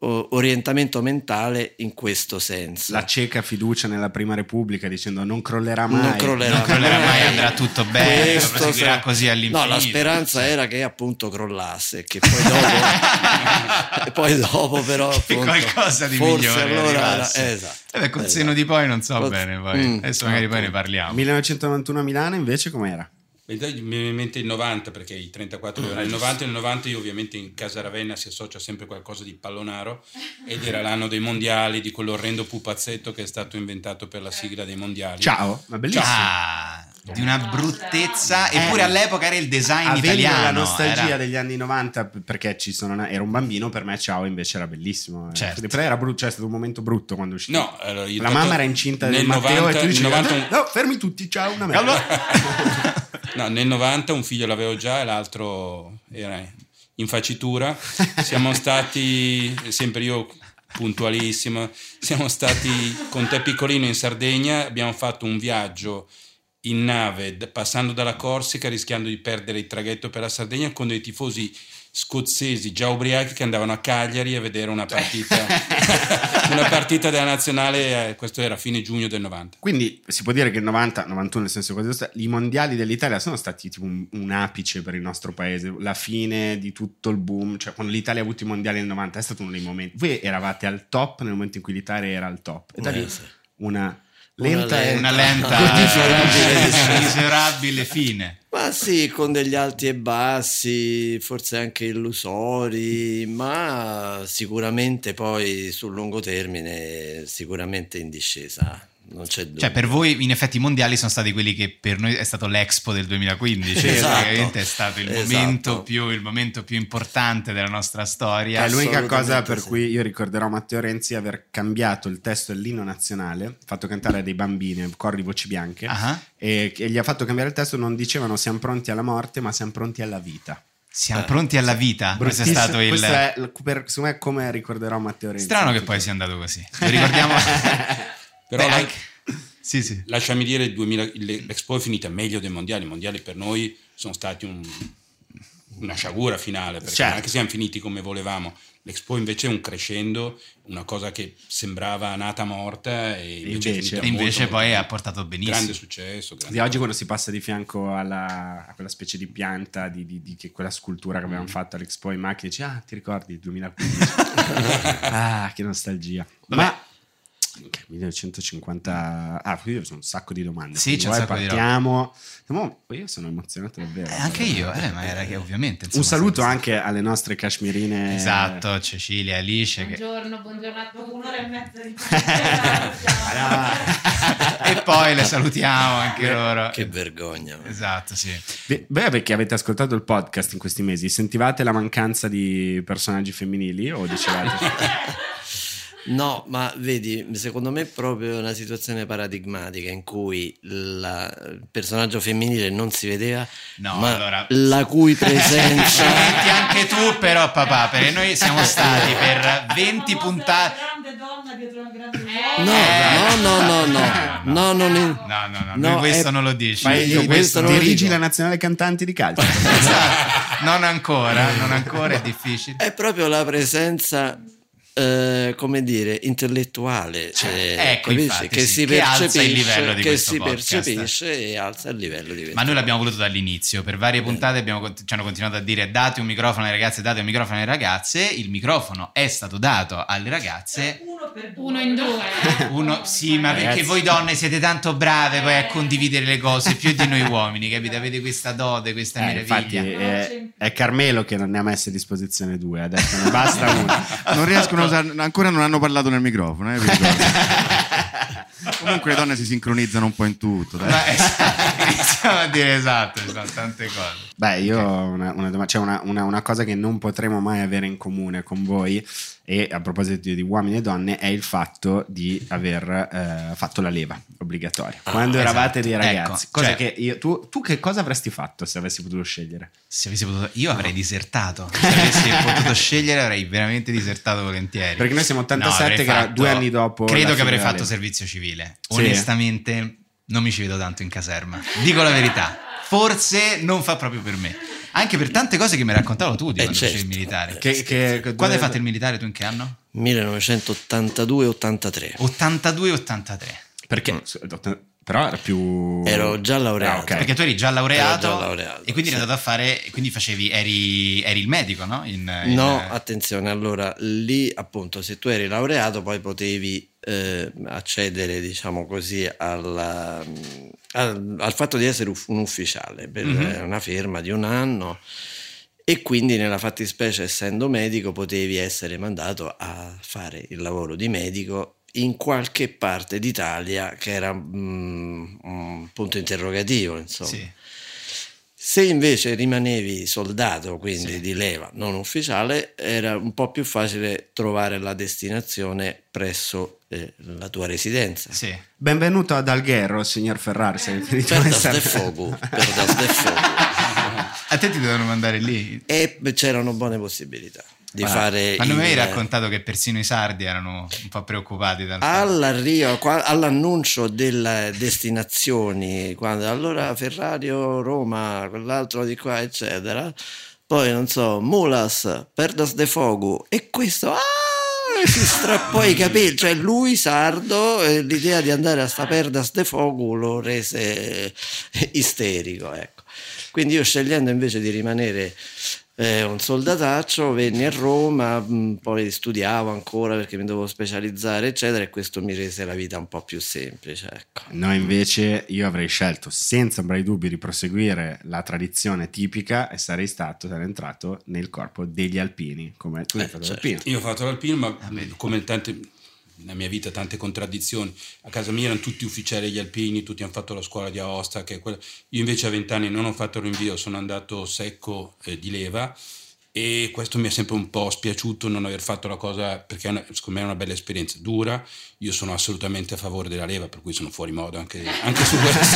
orientamento mentale in questo senso.
La cieca fiducia nella prima repubblica dicendo non crollerà mai.
non crollerà,
Non crollerà mai,
mai,
andrà tutto bene,
Questo
proseguirà
sa-
così all'infinito.
No, la speranza era che appunto crollasse, che poi dopo, e poi dopo però
Che
appunto,
qualcosa di
forse
migliore
allora era-
arrivasse.
esatto.
Eh beh, col
esatto.
senno di poi non so
Col-
bene poi.
Mm,
Adesso magari poi ne
appunto.
parliamo.
1991 a Milano invece com'era?
E dai, Mi viene in mente il 90 perché i
Ah,
34 erano il 90 e nel 90 io ovviamente in casa Ravenna si associa sempre qualcosa di pallonaro ed era l'anno dei mondiali di quell'orrendo pupazzetto che è stato inventato per la sigla dei mondiali.
Ciao, ma bellissimo.
Ah, di una bruttezza, eppure all'epoca era il design
Eh. Avendo
Ah, italiano.
la nostalgia
era-
degli anni 90 p- perché ci sono, era un bambino, per me ciao invece era bellissimo. eh.
Certo.
Però era brutto, cioè, è stato un momento brutto quando uscì.
No, allora, io
la
tanto-
mamma era incinta
nel
del Matteo
90
e tu dicevi,
nel 91
no, fermi tutti, ciao, una merda.
No, nel 90 un figlio l'avevo già e l'altro era in facitura. Siamo stati, sempre io puntualissimo, siamo stati con te piccolino in Sardegna, abbiamo fatto un viaggio in nave d- passando dalla Corsica rischiando di perdere il traghetto per la Sardegna con dei tifosi scozzesi già ubriachi che andavano a Cagliari a vedere una partita, una partita della nazionale, eh, questo era fine giugno del 90.
Quindi si può dire che il 90, 91 nel senso quasi i mondiali dell'Italia sono stati tipo un, un apice per il nostro paese, la fine di tutto il boom, cioè quando l'Italia ha avuto i mondiali nel 90 è stato uno dei momenti, voi eravate al top nel momento in cui l'Italia era al top e da lì
Eh, sì.
una lenta, e-
Una lenta,
Miserabile.
miserabile fine.
Ma sì, con degli alti e bassi, forse anche illusori, ma sicuramente poi sul lungo termine sicuramente in discesa, non c'è dubbio.
Cioè, per voi, in effetti, i mondiali sono stati quelli che per noi è stato l'Expo del 2015.
Esatto.
Praticamente è stato il,
Esatto.
momento più, il momento più importante della nostra storia.
È l'unica
Assolutamente
cosa per
sì.
cui io ricorderò Matteo Renzi aver cambiato il testo dell'inno nazionale, fatto cantare a dei bambini, corri voci bianche,
Ah,
e, e gli ha fatto cambiare il testo, non dicevano siamo pronti alla morte, ma siamo pronti alla vita.
Siamo pronti alla vita. Ah, Questo è
Eh, Bruttissimo.
stato il.
Questo è, l- per- secondo me, come ricorderò Matteo Renzi.
Strano che poi sia andato così. Lo ricordiamo.
Però
Beh,
la-
anche- Sì, sì.
lasciami dire, il 2000 il- l'Expo è finita meglio dei mondiali. I mondiali per noi sono stati un- una sciagura finale, perché
Certo.
anche siamo finiti come volevamo. L'Expo invece è un crescendo, una cosa che sembrava nata morta e invece,
Invece-
è finita
E invece
molto,
poi
molto-
ha portato
grande
benissimo.
successo. grande-
Di oggi quando si passa di fianco alla, a quella specie di pianta, di, di- di- che- quella scultura che
Mm.
avevamo fatto all'Expo in macchina, dici, ah, ti ricordi il 2015? ah, che nostalgia. Ma... ok, 1950... Ah, qui c'è un sacco di domande.
Sì, c'è un
Poi
sacco di
partiamo... Mo- Io sono emozionato davvero.
Eh, anche io, eh, ma era che ovviamente.
Un
insomma,
saluto
sempre-
anche alle nostre cashmirine.
Esatto, Cecilia, Alice. Che...
Buongiorno, buongiorno a tutti. Un'ora e mezza di
e poi le salutiamo anche loro.
Che vergogna.
Esatto, sì.
Beh, perché avete ascoltato il podcast in questi mesi, sentivate la mancanza di personaggi femminili o dicevate...
No, ma vedi, secondo me è proprio una situazione paradigmatica in cui la- il personaggio femminile non si vedeva,
No,
ma
allora-
la cui
Ci metti
presenza...
anche tu, però, papà, perché noi siamo stati per 20 puntate.
grande donna dietro al grande
No,
Eh,
uomo.
no, no, no, no, no, non in-
No, no, no,
No,
lui questo
è-
non lo dici.
Ma io
Lui
questo non lo
dirigi
dico.
la Cioè, nazionale cantanti di calcio. Eh,
Esatto. Non ancora, non ancora, è difficile.
È proprio la presenza, eh, come dire, intellettuale, cioè,
ecco,
capisci?
infatti,
che
sì,
si
che alza il
percepisce,
livello di
che
questo
si
podcast.
percepisce e alza il livello di questo.
Ma noi l'abbiamo voluto dall'inizio, per varie puntate abbiamo cont- ci hanno continuato a dire date un microfono alle ragazze, date un microfono alle ragazze, il microfono è stato dato alle ragazze,
Uno per due.
Uno in due.
uno sì ma perché
Ragazzi.
voi donne siete tanto brave poi a condividere le cose più di noi uomini, capite? Avete questa dote, questa
Eh, infatti
meraviglia.
è, è Carmelo che non ne ha messe a disposizione due, adesso ne basta una.
eh, Non riescono a usare, ancora non hanno parlato nel microfono. eh, vi ricordo. Comunque le donne si sincronizzano un po' in tutto. dai.
Ma es- iniziamo a dire esatto, esatto, tante cose.
Beh, io ho una, una domanda, c'è una, una- una cosa che non potremo mai avere in comune con voi, e a proposito di uomini e donne, è il fatto di aver eh, fatto la leva obbligatoria. Quando
esatto.
eravate dei
Ecco,
ragazzi, cosa
cioè-
che io- tu, tu che cosa avresti fatto se avessi potuto scegliere?
Se avessi potuto, io avrei disertato. Se avessi potuto scegliere, avrei veramente disertato volentieri.
Perché noi siamo 87
avrei
che era due anni dopo la
Credo che
fine
avrei
della
fatto
leva.
servizio civile.
Sì.
Onestamente, non mi ci vedo tanto in caserma. Dico la verità. Forse non fa proprio per me. Anche per tante cose che mi raccontavo tu di
Eh,
quando facevi
certo.
il militare.
Che- che- che-
Quando hai fatto il militare tu in che anno?
1982-83.
82-83.
Eh.
Perché? Però era più...
Ero già laureato.
Ah, ok.
Perché tu eri già laureato,
Ero già laureato,
e quindi eri
sì.
andato a fare, e quindi facevi, eri, eri il medico, no? In- eh. in-
No, attenzione, allora lì appunto se tu eri ehm, laureato poi potevi eh, accedere diciamo così alla, al, al fatto di essere uf- un ufficiale per
Mhm.
una ferma di un anno e quindi nella fattispecie essendo medico potevi essere mandato a fare il lavoro di medico in qualche parte d'Italia che era mm, un punto interrogativo insomma. Se invece rimanevi soldato, quindi di leva, non ufficiale, era un po' più facile trovare la destinazione presso eh, la tua residenza.
Sì.
Benvenuto ad Alghero, signor Ferrari. Se riferito
Per das de fogo, per das de fogo.
A te ti dovevano mandare lì.
E c'erano buone possibilità di
Guarda,
fare...
Ma non mi
il-
avevi raccontato che persino i sardi erano un po' preoccupati dal
All'arrivo, qua- all'annuncio delle destinazioni, quando allora Ferrario, Roma, quell'altro di qua, eccetera, poi non so, Mulas, Perdas de Fogo, e questo ah, si strappò i capelli, cioè lui sardo, eh, l'idea di andare a sta Perdas de Fogo lo rese isterico, ecco. Quindi io scegliendo invece di rimanere eh, un soldataccio, venni a Roma, mh, poi studiavo ancora perché mi dovevo specializzare, eccetera, e questo mi rese la vita un po' più semplice. Ecco.
No, invece io avrei scelto senza ombra di dubbi di proseguire la tradizione tipica e sarei stato, sarei entrato nel corpo degli alpini, come
Eh,
tu hai fatto
certo.
l'alpino.
Io ho fatto l'alpino, ma come tante nella mia vita tante contraddizioni. A casa mia erano tutti ufficiali gli alpini, tutti hanno fatto la scuola di Aosta, che è quella- Io invece a vent'anni non ho fatto il rinvio, sono andato secco eh, di leva e questo mi è sempre un po' spiaciuto non aver fatto la cosa perché è una- secondo me è una bella esperienza dura. Io sono assolutamente a favore della leva, per cui sono fuori moda anche, anche su questo.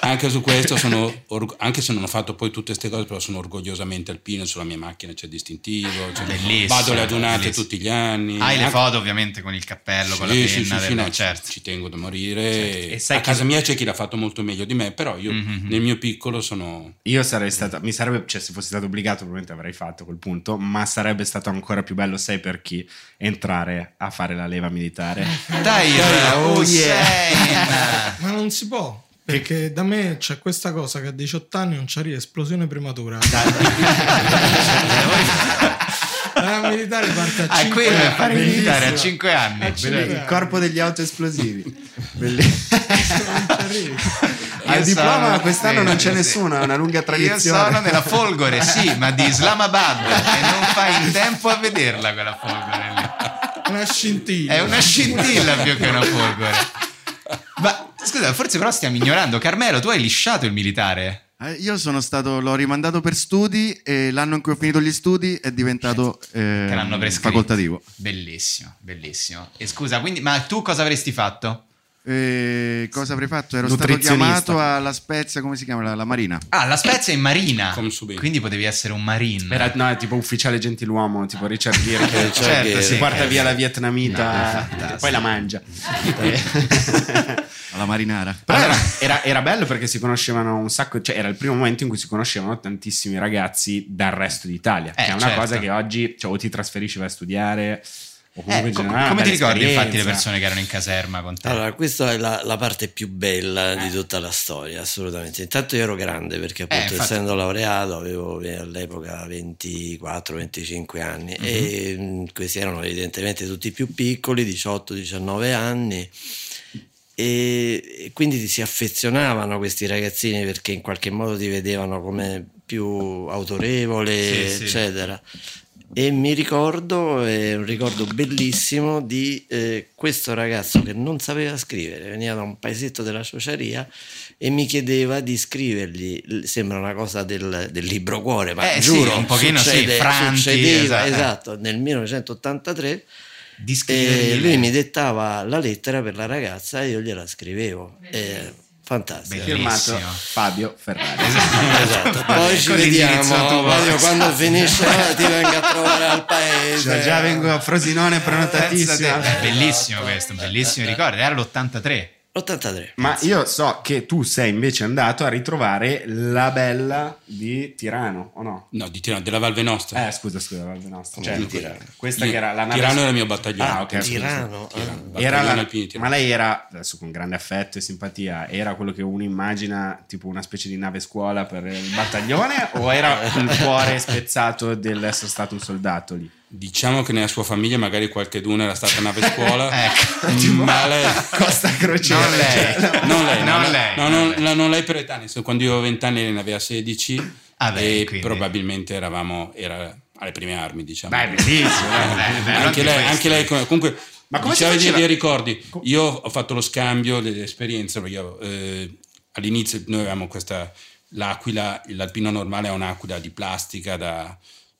anche su questo sono org- anche se non ho fatto poi tutte queste cose, però sono orgogliosamente alpino, sulla mia macchina c'è il distintivo, cioè,
Bellissimo,
vado alle adunate
bellissimo.
tutti gli anni.
Hai le
Anche-
foto ovviamente con il cappello, con la
sì,
penna,
sì, sì, sì,
del-
no,
certo.
ci tengo da morire.
Certo. E sai Mm-hmm, chi-
a casa mia c'è chi l'ha fatto molto meglio di me, però io nel mio piccolo sono...
Io sarei stato, mi sarebbe, cioè se fossi stato obbligato probabilmente avrei fatto a quel punto, ma sarebbe stato ancora più bello, sai per chi, entrare a fare la leva militare.
Eh, Dai,
oh
yeah.
Ma non si può. Perché da me c'è questa cosa che a 18 anni non c'arriva esplosione prematura. La militare parte a
Ah,
5
quello è fare
anni.
militare a 5 anni.
Ah,
A cinque
Bellissimo.
Il corpo degli autoesplosivi. Bellissimo.
Io
Al diploma
sono-
quest'anno
sì,
non c'è
sì.
nessuno, è una lunga tradizione.
Io sono nella folgore, sì, ma di Islamabad e non fai in tempo a vederla quella folgore lì.
Una scintilla.
È una scintilla più che una folgore. Ma scusa, forse però stiamo ignorando. Carmelo, tu hai lisciato il militare.
Eh, Io sono stato, l'ho rimandato per studi e l'anno in cui ho finito gli studi è diventato eh,
Te l'hanno prescritto.
facoltativo.
Bellissimo, bellissimo. E scusa, quindi, ma tu cosa avresti fatto?
E cosa avrei fatto? Ero stato
Nutrizionista.
chiamato alla Spezia, come si chiama? La, la Marina.
Ah, la Spezia è in marina. Ah, Quindi potevi essere un marine.
Era, no, è tipo ufficiale gentiluomo, tipo Richard Gere che
Richard Gere,
si
sì.
porta
Eh,
via
sì.
la
No, è
vietnamita
fantastico.
e poi la mangia.
Alla Marinara.
Però era, era- era bello perché si conoscevano un sacco, cioè era il primo momento in cui si conoscevano tantissimi ragazzi dal resto d'Italia, che è una
certo.
cosa che oggi cioè, o ti trasferisci vai a studiare o
Eh,
comunque in
co-
generale,
come ti
bella
ricordi infatti le
esperienza.
persone che erano in caserma con te? Eh.
Allora, questa è la, la parte più bella di tutta la storia, assolutamente. Intanto io ero grande perché appunto
infatti.
essendo laureato avevo eh, all'epoca 24-25 anni e
Mhm.
mm, questi erano evidentemente tutti più piccoli, 18-19 anni. E e quindi ti si affezionavano questi ragazzini perché in qualche modo ti vedevano come più autorevole, cioè,
Sì, sì.
eccetera. E mi ricordo, è un ricordo bellissimo di eh, questo ragazzo che non sapeva scrivere, veniva da un paesetto della sociaria e mi chiedeva di scrivergli, l- sembra una cosa del, del libro cuore, ma
Eh, sì,
giuro,
un pochino sì,
succede-
Franti, esatto,
succedeva,
eh.
esatto, nel 1983
di
eh,
e lui mi dettava la lettera per la ragazza e io gliela scrivevo. Eh, fantastico.
Firmato Fabio Ferrari.
Esatto. Poi ci vediamo Fabio, quando finisce ti vengo a trovare al paese.
Esatto.
Già, Cioè, già vengo a Frosinone prenotatissimo.
Pensate, Bellissimo questo, bellissimo ricordo. Era l'83.
l'83.
Ma io so che tu sei invece andato a ritrovare la bella di Tirano, o no?
No, di Tirano, della Valve Nostra.
Eh, scusa, scusa, Valve Nostra.
Come
Cioè,
di Tirano.
Questa
Io-
che era la nave-
Tirano era il mio battaglione.
Ah, ok, scusa.
Tirano, Tirano,
eh.
Era
battaglione
la-
alpini di Tirano.
ma lei era, adesso con grande affetto e simpatia, era quello che uno immagina tipo una specie di nave scuola per il battaglione o era il cuore spezzato del essere stato un soldato lì?
Diciamo che nella sua famiglia magari qualcheduna era stata nave scuola, Mm, ma lei...
Ecco, Costa Crociere.
Non lei,
Cioè, no,
non lei,
non
no,
lei,
no,
non
non-
lei.
no, non lei per età, nel senso, quando io avevo 20 anni ne aveva 16
Ah, beh,
e
quindi.
probabilmente eravamo era alle prime armi, diciamo.
Beh, bellissimo, eh, beh, bello anche
anche, lei,
questo.
anche lei come- comunque
Ma come si
dicevi dei,
faceva?
dei ricordi. Io ho fatto lo scambio delle esperienze, perché io, eh, all'inizio noi avevamo questa l'aquila, l'alpino normale ha un'aquila di plastica da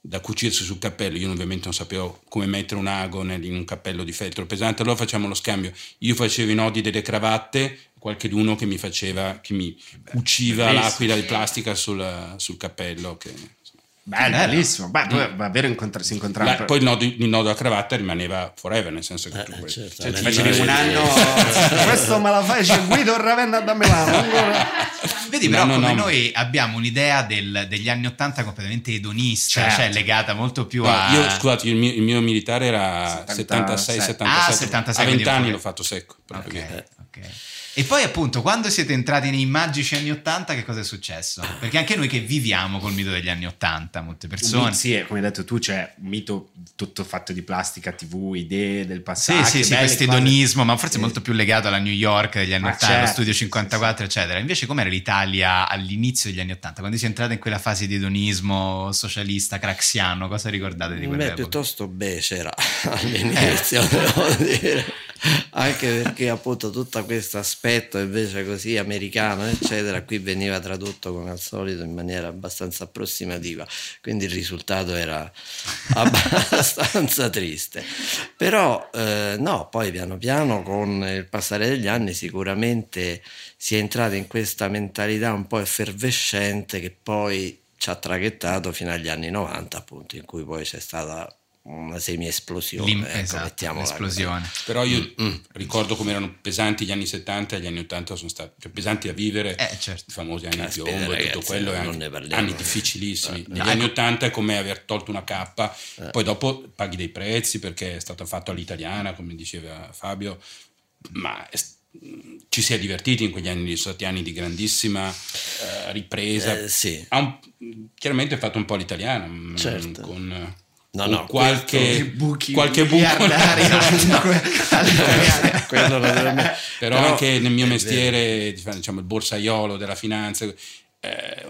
da cucirsi sul cappello, io ovviamente non sapevo come mettere un ago nel- in un cappello di feltro pesante, allora facciamo lo scambio, io facevo i nodi delle cravatte, qualcheduno che mi faceva, che mi cuciva
bellissimo.
l'aquila di plastica sul, sul cappello, che-
Bello,
Bello.
bellissimo. Beh, poi davvero incontra- si incontrava.
La- poi il nodo, il nodo a cravatta rimaneva forever, nel senso
Eh,
che tu puoi-
certo,
cioè, ti
alla
facevi
fine-
un anno
Questo me la fai, c'è Guido Ravenna da Milano. Allora.
Vedi, però,
No, no,
come
no.
noi abbiamo un'idea del- degli anni Ottanta completamente edonista,
Certo.
cioè legata molto più
No,
a.
io, scusate, il mio, il mio militare era
76,
76, 77.
Ah, 76,
a
quindi
20 anni
un po'
l'ho fatto secco. proprio
Ok,
perché-
ok. E poi appunto quando siete entrati nei magici anni 80 che cosa è successo? Perché anche noi che viviamo col mito degli anni 80, molte persone...
Sì, e come hai detto tu, c'è un mito tutto fatto di plastica, tv, idee del passato.
Sì, sì, sì, questo edonismo, ma forse molto più legato alla New York degli anni
Ma
80, lo
certo,
studio
sì,
54, eccetera. Invece com'era l'Italia all'inizio degli anni 80, quando si è entrata in quella fase di edonismo socialista, craxiano, cosa
Mm,
ricordate di
Beh,
quell'epoca?
piuttosto becera
Eh.
all'inizio, devo dire. Anche perché appunto tutto questo aspetto invece così americano, eccetera, qui veniva tradotto come al solito in maniera abbastanza approssimativa, quindi il risultato era abbastanza triste. Però eh, no, poi piano piano con il passare degli anni sicuramente si è entrati in questa mentalità un po' effervescente che poi ci ha traghettato fino agli anni 90 appunto in cui poi c'è stata una semi-esplosione
L'im-
ecco,
esatto,
mettiamola
l'esplosione.
Però io
Mm.
ricordo come erano pesanti gli anni 70 e gli anni 80 sono stati cioè, pesanti a vivere.
Eh, certo.
I famosi anni
Caspita,
di piombo e tutto
ragazzi,
quello, e
non
anche
ne parliamo.
anni difficilissimi.
Eh,
Negli
no,
anni
ecco.
80 è come aver tolto una cappa, poi dopo paghi dei prezzi perché è stato fatto all'italiana, come diceva Fabio, ma è- ci si è divertiti in quegli anni, sono stati anni di grandissima eh,
così.
ripresa.
Eh, sì
Ha un- chiaramente è fatto un po' all'italiano, mm,
Certo.
con,
No,
con
no,
qualche,
questo- buchi
qualche buco.
Miliardari, no, no, all'italiana.
quello naturalmente.
però,
Eh. Però
anche nel mio
è
mestiere, diciamo il borsaiolo della finanza, eh, è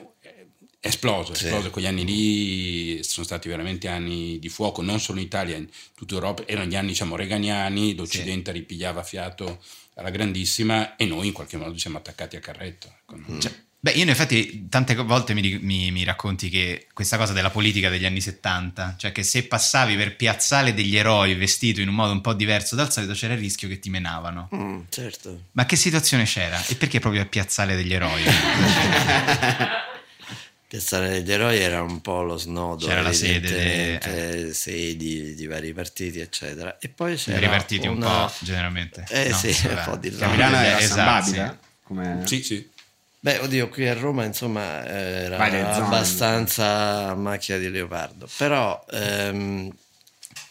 esploso, è
Sì.
esploso quegli anni lì, sono stati veramente anni di fuoco, non solo in Italia, in tutta Europa, erano gli anni diciamo reganiani, l'Occidente ripigliava fiato alla grandissima e noi in qualche modo ci siamo attaccati a carretto. ecco.
Mm.
Beh, io in effetti tante co- volte mi, ri- mi- mi racconti che questa cosa della politica degli anni 70, cioè che se passavi per piazzale degli eroi vestito in un modo un po' diverso dal solito c'era il rischio che ti menavano.
Mm, certo
Ma che situazione c'era? E perché proprio a piazzale degli eroi?
Piazzale degli Eroi era un po' lo snodo
C'era la sede eh.
evidentemente, sedi di vari partiti eccetera e poi c'era
Siamo ripartiti un
una-
po' generalmente.
eh sì un
vabbè.
po' di là.
A Milano era
Esatto,
San Babila,
sì.
come-
Sì, sì.
Beh, oddio, qui a Roma insomma era
Varie zone.
abbastanza a macchia di leopardo, però ehm,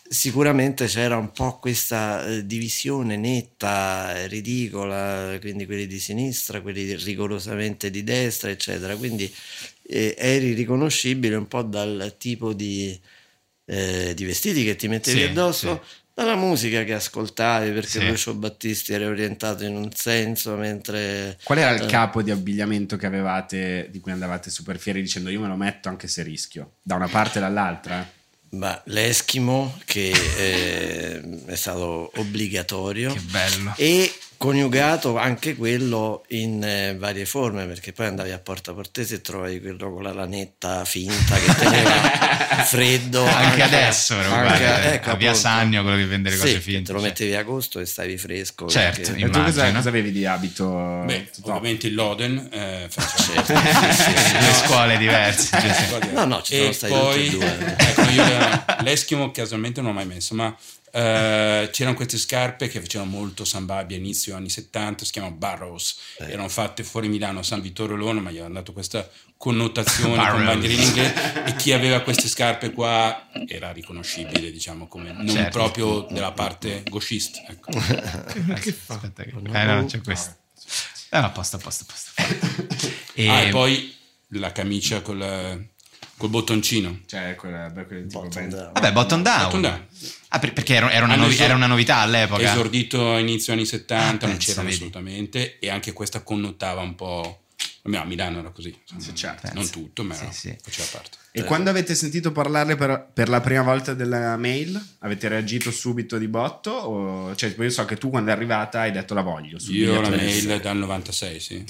sicuramente c'era un po' questa eh, divisione netta, eh, ridicola, quindi quelli di sinistra, quelli di- rigorosamente di destra, eccetera, quindi eh, eri riconoscibile un po' dal tipo di, eh, di vestiti che ti mettevi
Sì,
addosso. Dalla musica che ascoltavi, perché
Sì.
Lucio Battisti era orientato in un senso, mentre eh,
Qual era
Eh.
il capo di abbigliamento che avevate, di cui andavate super fieri dicendo io me lo metto anche se rischio, da una parte e dall'altra?
Ma l'Eskimo che eh, è stato obbligatorio
Che bello.
e coniugato anche quello in eh, varie forme perché poi andavi a Porta Portese e trovavi quello con la lanetta finta che teneva freddo
Anche adesso, guarda,
a-
a Via
appunto.
Sannio, quello che vende le cose
Sì,
finte,
te lo
cioè.
mettevi a agosto e stavi fresco
Certo,
perché-
E tu cosa,
Immagino.
cosa avevi di abito?
Beh,
Tutto-
ovviamente il Loden eh, faceva-
Due scuole diverse. cioè, sì.
Guarda,
No, no, ci
e
sono stati
poi,
tutti e due.
ecco, io le- l'eschimo casualmente non l'ho mai messo, ma eh, c'erano queste scarpe che facevano molto San Babi inizio anni 70, si chiamano Barrows,
Eh.
erano fatte fuori Milano a San Vittorio Lona, ma gli hanno dato questa connotazione con
Barrows.
bandierine inglese e chi aveva queste scarpe qua era riconoscibile, diciamo, come non
Certo.
proprio della parte gauchista. Ecco.
Che fa? Aspetta che- Eh no, c'è questo. Eh, no, a posto, a posto, a posto.
Ah, e poi la camicia con la- col bottoncino.
Cioè, quella, beh, quella tipo band.
Vabbè, bottom down.
Bottom down.
Ah, per- perché era, era una
Hanno
novi-
esor-
era una novità all'epoca.
Esordito a inizio anni 70,
Ah,
non
pensa,
c'erano
vedi.
assolutamente, e anche questa connotava un po'. almeno A Milano era così, insomma,
certo.
non tutto, ma era- faceva parte.
E quando avete sentito parlarle per, per la prima volta della mail, avete reagito subito di botto? O, cioè, tipo, io so che tu quando è arrivata hai detto la voglio. subito. cioè,
Io la mail dal 96, sì.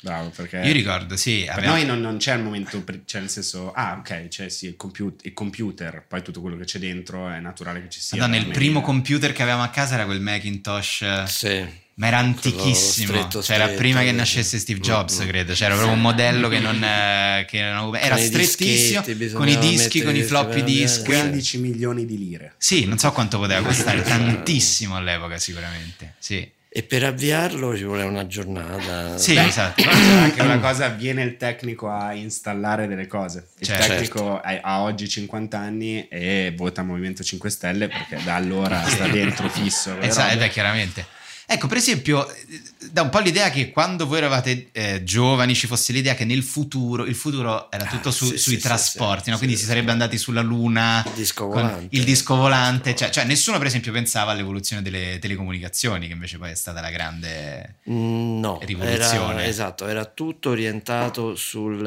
Bravo, perché...
Io ricordo, sì.
Per
avevamo-
noi non, non c'è il momento, pri- cioè nel senso, ah ok, c'è sì, il, compu- il computer, poi tutto quello che c'è dentro è naturale che ci sia.
Madonna, il
la
primo
mail.
computer che avevamo a casa era quel Macintosh. eh,
Sì.
Ma era
Quello
antichissimo.
stretto,
cioè, era
stretto,
prima che
quindi.
nascesse Steve Jobs,
Mm, mm.
credo. C'era proprio un modello che non. eh, che non avevo- Era
Con i
strettissimo.
dischetti
Con i
bisognava
dischi, con i
mettere- eh.
floppy
bisognava-
disk.
15 milioni di lire.
Sì, non so quanto
Eh,
poteva costare. tantissimo all'epoca, sicuramente. Sì,
E per avviarlo ci voleva una giornata.
sì
Beh,
esatto.
Eh,
Però c'è anche una cosa, viene il tecnico a installare delle cose. Il
Certo.
tecnico ha, ha oggi 50 anni e vota Movimento 5 Stelle perché da allora sta dentro fisso. quelle
Esatto, eh
robe.
beh, chiaramente. Ecco, per esempio, eh, dà un po' l'idea che quando voi eravate eh, giovani ci fosse l'idea che nel futuro, il futuro era tutto su-
Ah, sì,
sui
sì,
trasporti,
sì,
no?
sì,
quindi
sì,
si
sì.
sarebbe andati sulla Luna,
Il disco
con
volante.
il disco volante, cioè, cioè nessuno per esempio pensava all'evoluzione delle telecomunicazioni, che invece poi è stata la grande...
Mm, No,
Rivoluzione.
Era, esatto, era tutto orientato sul,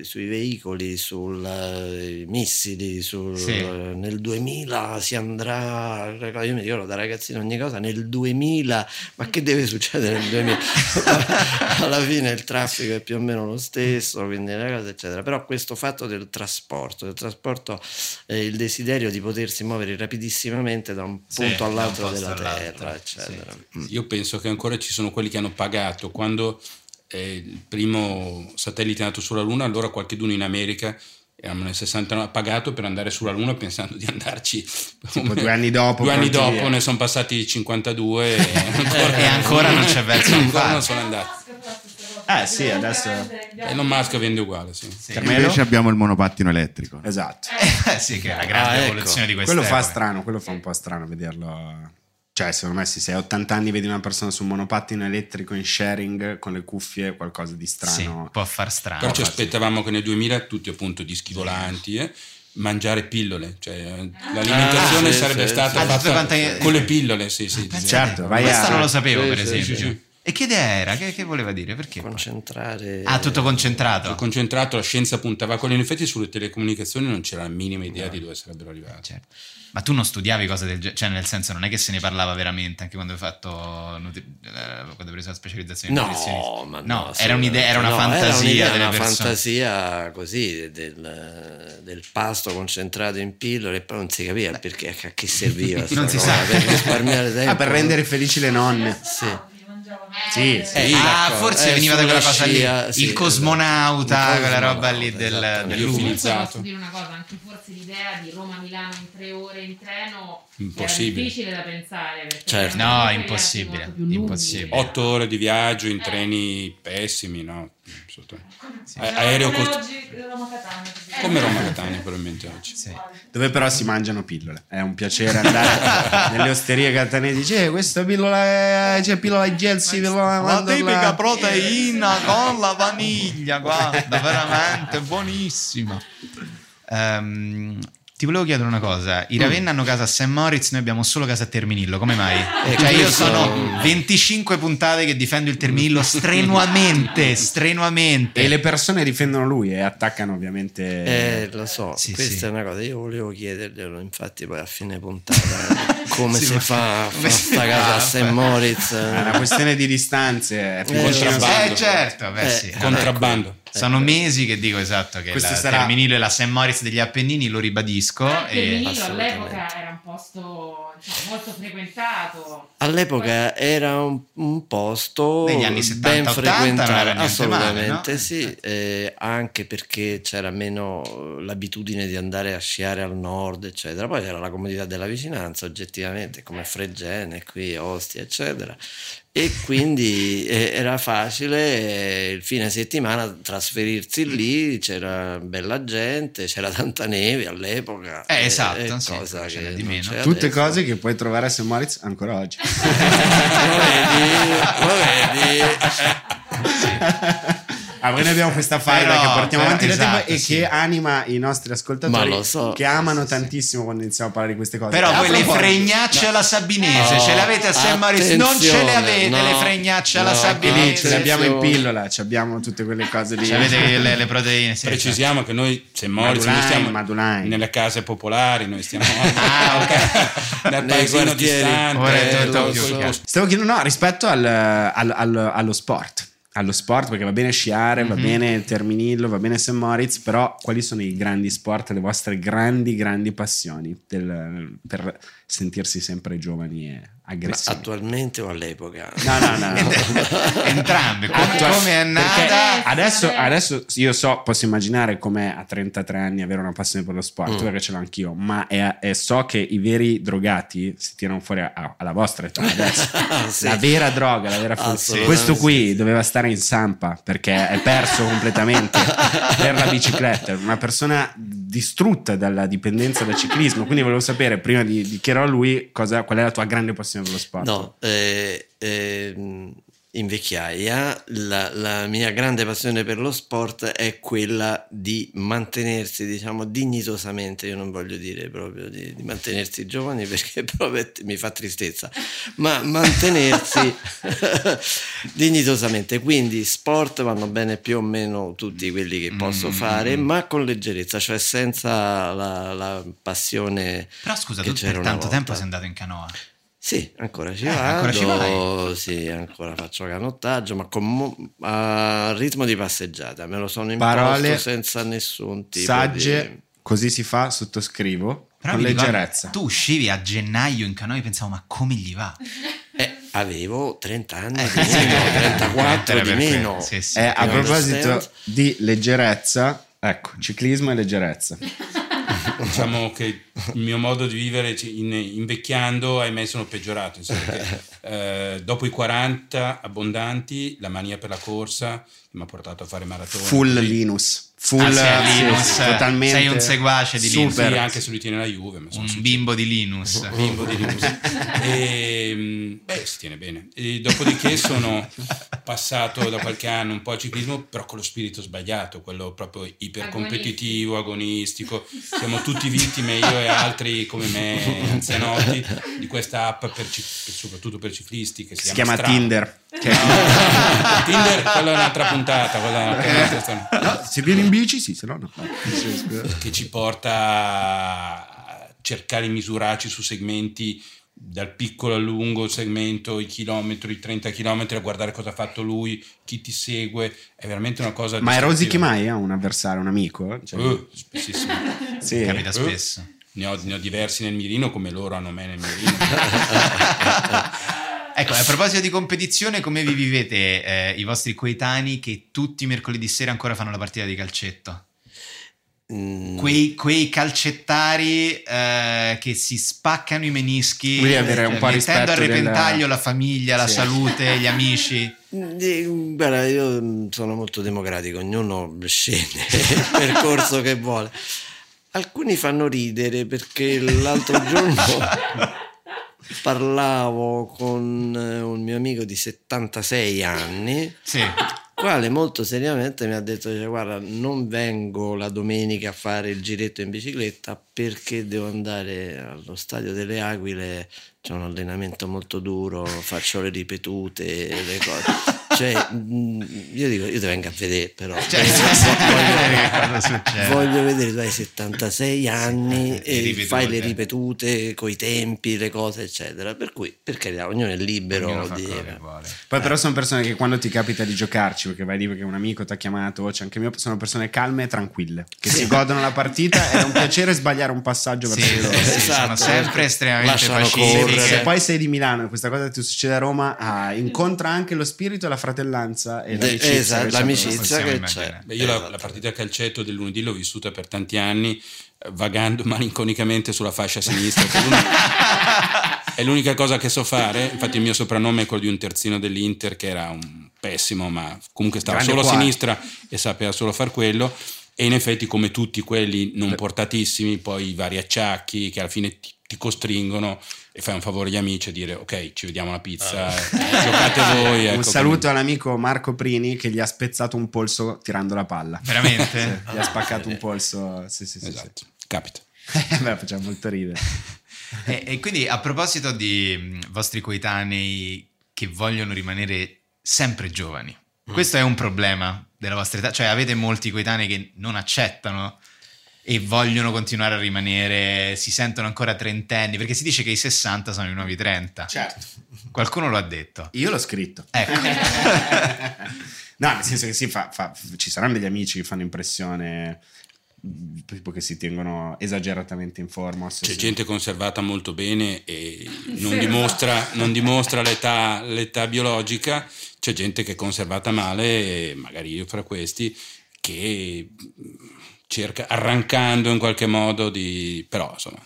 eh, sui veicoli, sui missili, sul,
Sì.
eh, nel 2000 si andrà, io mi ricordo da ragazzino ogni cosa, nel 2000, ma che deve succedere nel 2000? Alla fine il traffico è più o meno lo stesso, quindi le cose, eccetera, però questo fatto del trasporto, del trasporto eh, il desiderio di potersi muovere rapidissimamente da un
Sì, da
punto
un
all'altro
posto
della
all'altro,
terra,
sì.
eccetera.
Io penso che ancora ci sono quelli che hanno pagato quando eh, il primo satellite è nato sulla Luna, allora qualcheduno in America eravamo nel 69, ha pagato per andare sulla Luna pensando di andarci
Tipo due anni dopo.
Due anni
pronti
dopo
via.
ne sono passati 52 e ancora,
E ancora non c'è verso di
ancora
farlo.
non sono andati.
Eh sì, adesso...
Elon Musk vende uguale, sì.
Cioè,
Invece abbiamo il monopattino
Eh,
elettrico.
Esatto.
sì, che è la grande
Ah, ecco.
evoluzione di questa
Quello fa
epoca.
strano, quello fa un po' strano vederlo. Cioè, secondo me, se sei a 80 anni vedi una persona su un monopattino elettrico in sharing con le cuffie, qualcosa di strano.
Sì, può far strano.
Però ci aspettavamo che nel 2000 tutti appunto dischi volanti, eh, mangiare pillole, cioè eh, l'alimentazione
Ah, sì,
sarebbe
sì,
stata
sì.
fatta
Ah, tutte quante- Eh,
con le pillole, sì, sì.
Pensa
Cioè,
a te.
Certo, vai
Questa
a-
non lo sapevo,
Sì,
per
sì,
esempio.
sì, sì.
E che idea era? Che, che voleva dire? Perché? poi?
Concentrare.
Ah, tutto concentrato.
concentrato, la scienza puntava a quello, in effetti sulle telecomunicazioni non c'era la minima idea di dove sarebbero arrivati.
Certo. Ma tu non studiavi cose del genere, cioè nel senso non è che se ne parlava veramente anche quando hai fatto nutri- eh, quando hai preso la specializzazione in
No,
nutrizionista.
ma
No,
no,
era un'idea, era una
no,
fantasia
un'idea,
delle
una
persone.
fantasia così del, del pasto concentrato in pillole e poi non si capiva perché a che serviva. sta
Non si
roba,
sa.
per risparmiare tempo.
Ah, per rendere felici le nonne.
Sì.
Sì, sì.
Eh,
ah,
d'accordo.
forse
Eh,
veniva da
sulla
quella cosa
scia,
lì,
sì,
il
esatto.
cosmonauta,
Il
quella roba
cosmonauta,
lì del,
esatto.
del
Io
lume.
Comunque
finivo. Utilizzato.
posso dire una cosa, anche forse l'idea di Roma-Milano in tre ore in treno
Impossibile.
è difficile da pensare. perché
Certo.
erano
No,
viaggi
impossibile,
molto più lunghi.
impossibile.
Otto ore di viaggio in treni pessimi, no? assolutamente. A-
Era
Aereo
come
cost-
oggi Roma-Catania.
come Roma Catania probabilmente oggi.
Sì.
Dove però si mangiano pillole. È un piacere andare nelle osterie catanesi e dice, "Eh, questa pillola è... c'è pillola di gelsi, pillola di mandorla."
proteina con la vaniglia, guarda, veramente buonissima. Ehm, ti volevo chiedere una cosa, i Ravenna hanno casa a St. Moritz, noi abbiamo solo casa a Terminillo, come mai?
Eh,
cioè io
questo-
sono 25 puntate che difendo il Terminillo strenuamente, strenuamente.
E le persone difendono lui e attaccano ovviamente...
Eh, lo so,
Sì,
questa
sì.
è una cosa. Io volevo chiederglielo, infatti, poi a fine puntata, eh, come
Sì,
si
ma-
fa a
come
fare
si
sta
fa? Ah,
casa a St. Moritz?
È una questione di distanze. È più
Eh,
vicino-
contrabbando.
Eh certo, beh
Eh,
sì. vabbè.
Contrabbando.
Sono mesi che dico esatto che
Questo
la
sarà-
Terminillo è la St. Moritz degli Appennini, lo ribadisco.
Ah,
Anche
Ecco, e-
Milano
assolutamente.
all'epoca era un posto cioè, molto frequentato.
All'epoca era un, un posto
Negli anni 70,
ben
80
frequentato,
non era niente male,
assolutamente
no? certo.
sì, eh, anche perché c'era meno l'abitudine di andare a sciare al nord, eccetera. Poi c'era la comodità della vicinanza, oggettivamente, come Fregene, qui, Ostia, eccetera. E quindi eh, era facile eh, il fine settimana trasferirsi lì, c'era bella gente, c'era tanta neve all'epoca.
Eh, esatto, sì,
cosa
c'era
che
di
non
meno.
c'è
Tutte
eh, adesso.
cose che puoi trovare a St. Moritz ancora oggi.
Eh, Lo vedi? Lo vedi?
Ah, noi abbiamo questa faida
Però,
che portiamo
però,
avanti da tempo
esatto,
e
sì.
che anima i nostri
cioè, Ma
ascoltatori
lo so,
che amano tantissimo quando iniziamo a parlare di queste cose.
Però
A
voi le
proposito-
fregnacce alla Sabinese
No,
ce le avete a San Maurizio? Non ce le avete
attenzione,
le
no,
fregnacce alla
E
no,
lì ce
Sabinese?
le abbiamo in
Attenzione.
pillola, ci abbiamo tutte quelle cose lì.
Ci avete le, le proteine? sì,
certo. Precisiamo che noi, se Moritz,
Madulain,
noi stiamo
Madulain.
nelle case popolari, noi stiamo
Ah,
dal
Nei
paesino
quartieri.
distante.
Ora è
eh,
tutto
col-
più
col-
chiaro.
Stavo chiedendo, no, rispetto al- al- al- allo sport. Allo sport, perché va bene sciare, va bene Terminillo, va bene St. Moritz, però quali sono i grandi sport, le vostre grandi, grandi passioni del- per sentirsi sempre giovani e aggressivi?
Attualmente o all'epoca?
No, no, no.
esatto. Entrambe, come,
Attua-
come è
perché
nata?
Adesso, adesso io so, posso immaginare com'è a 33 anni avere una passione per lo sport,
Mm.
perché ce l'ho anch'io, ma è- è- so che i veri drogati si tirano fuori a- a- alla vostra età adesso.
Sì.
La vera droga, la vera fu-
Assolutamente
Questo qui
sì.
doveva stare in sampa perché è perso completamente per la bicicletta. Una persona distrutta dalla dipendenza dal ciclismo. Quindi volevo sapere, prima di, di chiedere a lui, cosa- qual è la tua grande passione per lo sport.
No, eh, ehm, in vecchiaia la, la mia grande passione per lo sport è quella di mantenersi, diciamo, dignitosamente, io non voglio dire proprio di, di mantenersi giovani perché proprio mi fa tristezza, ma mantenersi dignitosamente. Quindi sport vanno bene più o meno tutti quelli che posso
Mm.
fare, ma con leggerezza, cioè senza la, la passione.
Però scusa,
che
tu
c'era
per
una
tanto tempo
volta.
sei andato in canoa.
Sì, ancora ci
Eh,
vado,
ancora ci vai.
sì, ancora faccio canottaggio, ma con mo- a ritmo di passeggiata, me lo sono imposto
Parole
senza nessun tipo
Sagge,
di...
così si fa, sottoscrivo,
Però
con
mi ricordo-
leggerezza.
tu uscivi a gennaio in canoa e pensavo, ma come gli va?
Eh, avevo 30 anni,
Eh,
di meno, 34
era
di
per quello,
meno.
sì, sì.
Eh, a
You
proposito
understand?
di leggerezza, ecco, ciclismo e leggerezza.
diciamo che il mio modo di vivere ci- in- invecchiando ahimè sono peggiorato insomma, perché, eh, dopo i 40 abbondanti la mania per la corsa che mi ha portato a fare maratona
Full
così.
Linus. Full
Ah, sei
sì,
Linus,
sì,
eh,
totalmente.
sei un seguace di Linus.
sì,
super.
anche se lui tiene la Juve ma sono
Un
successo.
bimbo di Linus.
bimbo di Linus E, mm, beh si tiene bene E dopodiché sono passato da qualche anno un po' al ciclismo però con lo spirito sbagliato quello proprio ipercompetitivo agonistico siamo tutti vittime io e altri come me anzianotti di questa app per ci- soprattutto per ciclisti che si,
Si chiama
Strava.
Tinder. Che-
No, Tinder quella è un'altra puntata quella è un'altra storia.
Eh. No, se vieni in bici, sì, se no no.
che ci porta a cercare di misurarci su segmenti dal piccolo al lungo segmento, i chilometri, i 30 chilometri, a guardare cosa ha fatto lui, chi ti segue, è veramente una cosa...
Ma è
distruttiva.
rosichi mai ha un avversario, un amico? Cioè,
Eh, spessissimo.
sì.
Capita spesso.
Ne ho, ne ho diversi nel mirino come loro hanno me nel mirino.
Ecco, a proposito di competizione, come vi vivete eh, i vostri coetanei che tutti i mercoledì sera ancora fanno la partita di calcetto?
Mm,
Quei, quei calcettari eh, che si spaccano i menischi,
Quindi avere un po'
mettendo
rispetto
a
della-
repentaglio la famiglia, la
Sì.
salute, gli amici.
di- Guarda, io mm, sono molto democratico, ognuno sceglie il percorso che vuole. Alcuni fanno ridere perché l'altro giorno... Parlavo con eh, un mio amico di 76 anni
Sì.
quale molto seriamente mi ha detto cioè, guarda non vengo la domenica a fare il giretto in bicicletta perché devo andare allo stadio delle Aquile c'è un allenamento molto duro faccio le ripetute le cose cioè mm, io dico io ti vengo a vedere però
Cioè,
Nel senso,
che
voglio-
cosa succede?
voglio vedere tu hai 76 anni
eh, le
e
ripetute.
fai le ripetute coi tempi le cose eccetera per cui per carità ognuno è libero
Ognuno fa
di
quello che vuole.
Poi però sono persone che quando ti capita di giocarci, perché vai lì perché un amico ti ha chiamato, o c'è anche mio, sono persone calme e tranquille, che si godono la partita ed è un piacere sbagliare un passaggio
Sì,
verso di
sì,
loro.
sì, sono
Esatto.
sempre estremamente
Lasciano
pacifiche.
correre.
Se poi sei di Milano e questa cosa ti succede a Roma, ah, incontra anche lo spirito e la fratellanza e
De-
l'amicizia. diciamo.
esatto,
che c'è
l'amicizia
possiamo
che
immaginare.
c'è
Beh, io la,
Esatto.
la partita a calcetto del lunedì l'ho vissuta per tanti anni, eh, vagando malinconicamente sulla fascia sinistra. che è l'unica- è l'unica cosa che so fare. Infatti, il mio soprannome è quello di un terzino dell'Inter, che era un pessimo, ma comunque stava
Grande eh.
solo a
cuore.
sinistra e sapeva solo far quello. E in effetti, come tutti quelli non portatissimi, poi i vari acciacchi che alla fine ti ti costringono e fai un favore agli amici a dire ok ci vediamo alla pizza eh, giocate voi ecco,
Ah. un saluto all'amico Marco Prini che gli ha spezzato un polso tirando la palla.
Veramente?
Sì, gli ha spaccato un polso. Sì, sì, sì. sì.
Esatto. capita
Beh, faceva molto ridere.
E, e quindi a proposito di mh, vostri coetanei che vogliono rimanere sempre giovani,
Mm.
questo è un problema della vostra età, cioè avete molti coetanei che non accettano e vogliono continuare a rimanere, si sentono ancora trentenni, perché si dice che i 60 sono i nuovi 30.
Certo.
Qualcuno lo ha detto.
Io l'ho scritto.
Ecco.
No, nel senso che sì, fa- fa- ci saranno degli amici che fanno impressione, mh, tipo che si tengono esageratamente in forma. se-
c'è
se-
gente conservata molto bene e non
Sì.
dimostra, non dimostra l'età, l'età biologica, c'è gente che è conservata male, e magari io fra questi, che mm, cerca arrancando in qualche modo di... però insomma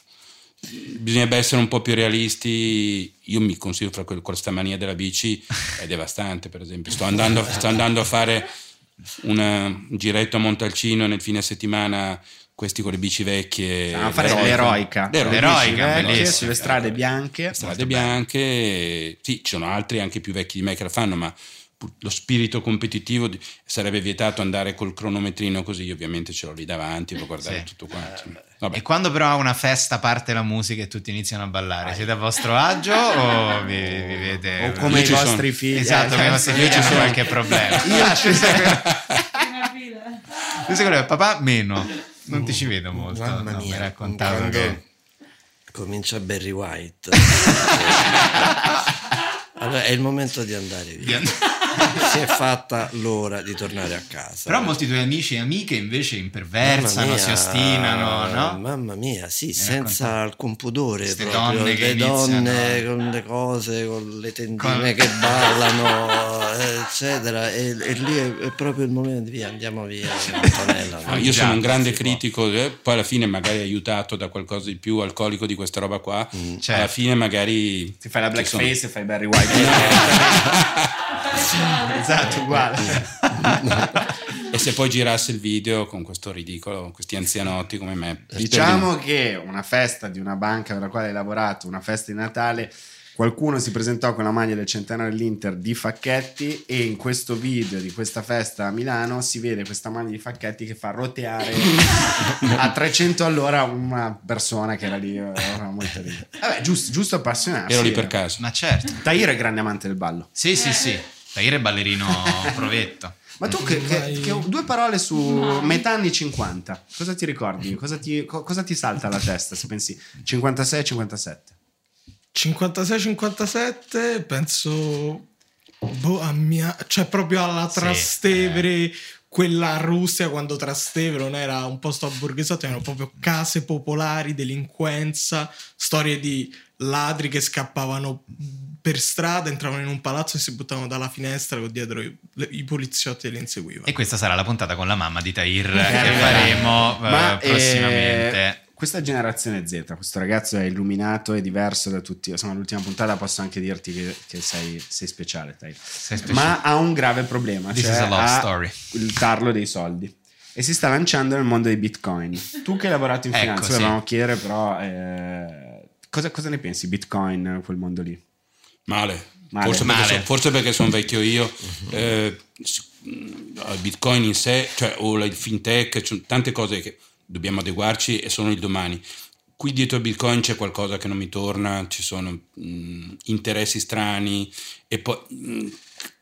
bisognerebbe essere un po' più realisti io mi consiglio fra quel- questa mania della bici è devastante per esempio sto andando, sto andando a fare una- un giretto a Montalcino nel fine settimana questi con le bici vecchie
Ah, fare l'eroica.
Cioè, l'eroica,
L'eroica,
l'eroica,
bellissimo.
Sulle strade bianche.
strade bianche, sì, ci sono altri anche più vecchi di me che la fanno, ma pu- lo spirito competitivo di- sarebbe vietato andare col cronometrino così, io ovviamente ce l'ho lì davanti, devo guardare
Sì.
tutto quanto.
E
Eh,
Vabbè.
quando però a una festa parte la musica e tutti iniziano a ballare, siete a vostro agio o vi, vivete...
O come i
ci sono.
vostri figli.
Esatto,
Eh,
come i
sì.
vostri figli
ci
hanno
sono.
qualche problema.
Io ci
Prima fila.
Tu sei quello del papà? Meno. Non ti ci vedo molto.
Mamma
no,
mia,
mi hai raccontato
quando
che-
comincia Barry White. allora è il momento di andare via. si è fatta l'ora di tornare a casa.
Però molti tuoi amici e amiche invece imperversano,
Mamma
si
mia,
ostinano, no?
Mamma mia, sì, senza
raccontato.
alcun pudore.
Ste
proprio,
donne che
le donne
iniziano-
con le cose, con le tendine
Con-
che ballano, eccetera. E, e lì è, è proprio il momento via, andiamo via. Antonella,
No,
no?
Ah, io sono
Già,
un grande
si può.
critico, eh, poi alla fine magari aiutato da qualcosa di più alcolico di questa roba qua, alla
certo.
fine magari...
Ti fai la
ci sono-
blackface e fai Barry White. esatto, uguale.
E se poi girasse il video con questo ridicolo, questi anzianotti come me.
Diciamo che una festa di una banca per la quale hai lavorato, una festa di Natale, qualcuno si presentò con la maglia del centenario dell'Inter di Facchetti e in questo video di questa festa a Milano si vede questa maglia di Facchetti che fa roteare a 300 all'ora una persona che era lì, eh, era molto lì. Vabbè, giusto, giusto appassionarsi.
Ero lì per caso.
Ma certo.
Tahir è grande amante del ballo.
Sì, sì, sì. Tahir è ballerino provetto.
Ma tu che, che-
Vai.
che ho due parole su metà anni 50, cosa ti ricordi? Cosa ti, co- cosa ti salta alla testa se pensi 56-57?
56-57 penso boh, a mia, cioè proprio alla
Sì, eh.
Trastevere, quella Russia quando Trastevere non era un posto borghesotto, erano proprio case popolari, delinquenza, storie di ladri che scappavano per strada, entravano in un palazzo e si buttavano dalla finestra con dietro i, le- i poliziotti e li inseguivano.
E questa sarà la puntata con la mamma di Tahir che
arriverà.
faremo eh,
Ma, eh,
prossimamente.
questa generazione Z, questo ragazzo è illuminato, è diverso da tutti. Insomma, l'ultima puntata posso anche dirti che, che sei, sei speciale, Tyler.
Sei speciale.
Ma ha un grave problema,
This
cioè
is a love
ah,
ha
story.
il tarlo dei soldi. E si sta lanciando nel mondo dei bitcoin. Tu che hai lavorato in
Ecco,
finanza,
sì.
volevamo chiedere però... eh, cosa, cosa ne pensi bitcoin, quel mondo lì?
Male.
Male.
Forse, Perché
Male.
so- forse perché sono vecchio io. Eh, s- il Bitcoin in sé, cioè, o la- il fintech, ci sono tante cose che dobbiamo adeguarci e sono il domani. Qui dietro a Bitcoin c'è qualcosa che non mi torna, ci sono mh, interessi strani e poi mh,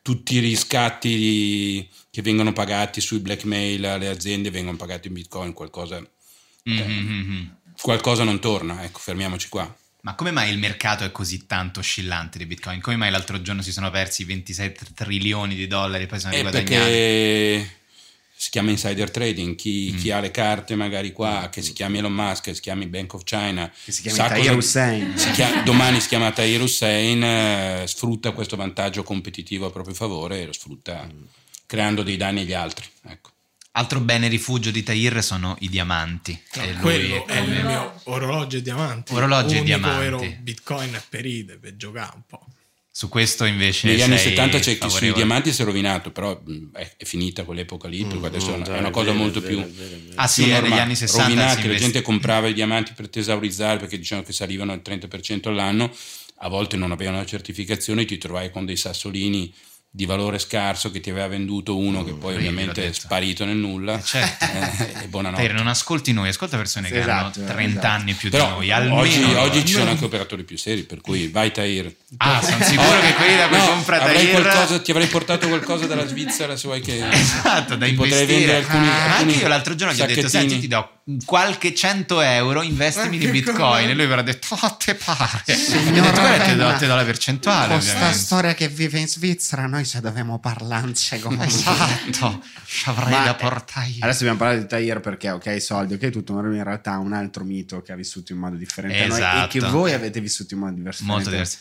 tutti i riscatti di- che vengono pagati sui blackmail alle aziende vengono pagati in Bitcoin, qualcosa,
Mm, mm, mm, mm.
qualcosa non torna. Ecco, fermiamoci qua.
Ma come mai il mercato è così tanto oscillante di Bitcoin? Come mai l'altro giorno si sono persi 26 tr- trilioni di dollari e poi sono
Eh,
riguadagnati?
perché si chiama insider trading, chi,
Mm.
chi ha le carte magari qua, che si chiami Elon Musk, che si chiami Bank of China,
Che si chiama
sa
Cioè,
Tahir
cosa-
Hussein.
si chia- domani si chiama Tahir Hussein, eh, sfrutta questo vantaggio competitivo a proprio favore e lo sfrutta
Mm.
creando dei danni agli altri. Ecco.
Altro bene rifugio di Tahir sono i diamanti.
No,
E lui
quello è
come-
il mio orologio e diamanti.
Orologio e
Unico
diamanti.
vero bitcoin e peride per giocare un po'.
Su questo invece...
Negli anni
sei
70 c'è chi sui
favorevole.
diamanti si è rovinato, però mh, è, è finita quell'epoca lì, per cui adesso è una,
Mm, già,
è una
è
cosa
vero,
molto
è vero,
più...
è vero, è vero.
Ah, sì,
più
eh,
normale.
negli anni 60 si
Rovinati, la
investe-
gente comprava i diamanti per tesaurizzare perché dicevano che salivano al 30% all'anno, a volte non avevano la certificazione, ti trovai con dei sassolini di valore scarso che ti aveva venduto uno che poi
io
ovviamente
l'ho
è
Uh, detto.
sparito nel nulla.
certo.
Eh, e buonanotte.
Pier, non ascolti noi, ascolta persone che
Esatto,
hanno 30
esatto.
anni più di
Però
noi.
oggi,
Almeno
oggi ci sono anche operatori più seri, per cui vai Tahir.
Ah, sono sicuro che quelli da cui
No,
compra
avrei
Tahir-
qualcosa- ti avrei portato qualcosa dalla Svizzera se vuoi che...
Esatto, da
Ti potrei
investire.
vendere alcuni-
Ma
alcuni
anche io l'altro giorno gli ho detto:
sacchettini.
Senti, ti do qualche 100 euro, investimi di
Ma che
bitcoin.
cosa-
E lui mi ha detto: "Ah, te pare. Mi ha detto: Guarda, ti do, ti do la percentuale. ovviamente."
storia che vive in Svizzera, noi se dobbiamo parlarci come
Esatto, ci avrei
Ma-
da portare io.
Eh, Adesso abbiamo parlato di Tahir perché, ok, soldi, ok, tutto, ma lui in realtà ha un altro mito che ha vissuto in modo differente da noi e
Esatto.
che voi avete vissuto in modo diverso.
Molto diverso.